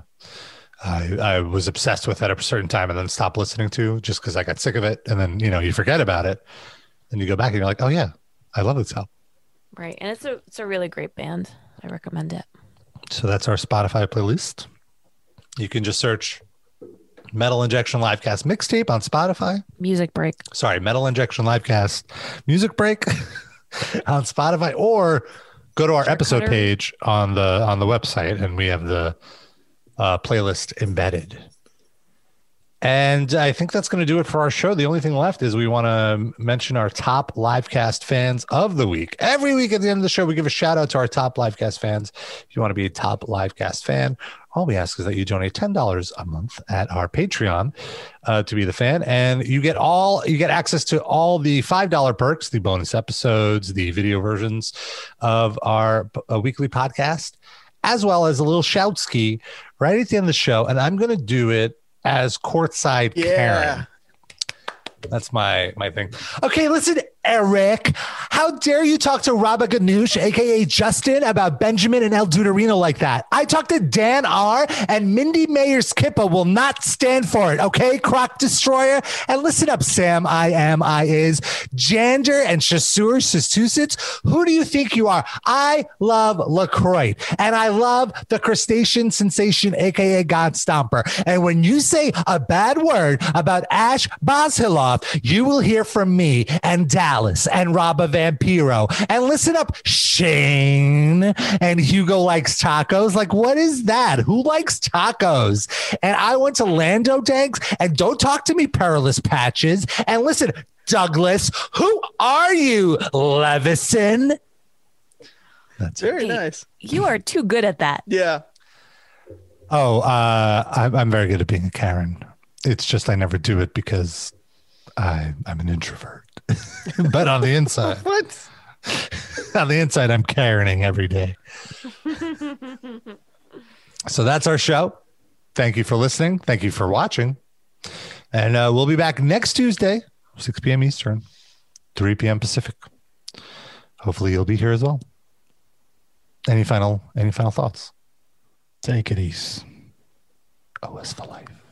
S3: I, I was obsessed with at a certain time and then stopped listening to just because I got sick of it. And then, you know, you forget about it and you go back and you're like, oh, yeah, I love this album.
S4: Right, and it's a it's a really great band. I recommend it.
S3: So that's our Spotify playlist. You can just search Metal Injection Livecast Mixtape on Spotify.
S4: Music break.
S3: Sorry, Metal Injection Livecast Music Break on Spotify or go to our episode
S4: cutter.
S3: page on the on the website and we have the uh, playlist embedded. And I think that's going to do it for our show. The only thing left is we want to mention our top livecast fans of the week. Every week at the end of the show, we give a shout out to our top livecast fans. If you want to be a top livecast fan, all we ask is that you donate ten dollars a month at our Patreon uh, to be the fan, and you get all you get access to all the five dollar perks, the bonus episodes, the video versions of our uh, weekly podcast as well as a little shout ski right at the end of the show. And I'm going to do it as courtside Karen. That's my my thing. Okay, listen, Eric. How dare you talk to Rabba Ganoush, aka Justin, about Benjamin and El Duderino like that? I talked to Dan R. and Mindy Mayer's Kippa will not stand for it. Okay, Croc Destroyer. And listen up, Sam. I am. I is Jander and Chasseur Sasusitz. Who do you think you are? I love Lacroix, and I love the crustacean sensation, aka God Stomper. And when you say a bad word about Ash Boshiloff, you will hear from me and Dallas and Robba Vampiro. And listen up, Shane and Hugo likes tacos. Like, what is that? Who likes tacos? And I went to Lando Danks and don't talk to me, perilous patches. And listen, Douglas, who are you, Levison?
S5: Very nice.
S4: You are too good at that.
S5: Yeah.
S3: Oh, uh, I'm, I'm very good at being a Karen. It's just I never do it because I, I'm an introvert. but on the inside,
S5: What?
S3: on the inside, I'm Karening every day. So that's our show. Thank you for listening. Thank you for watching. And uh, we'll be back next Tuesday, 6 p.m. Eastern, 3 p.m. Pacific. Hopefully you'll be here as well. Any final any final thoughts?
S2: Take it easy.
S3: OS for life.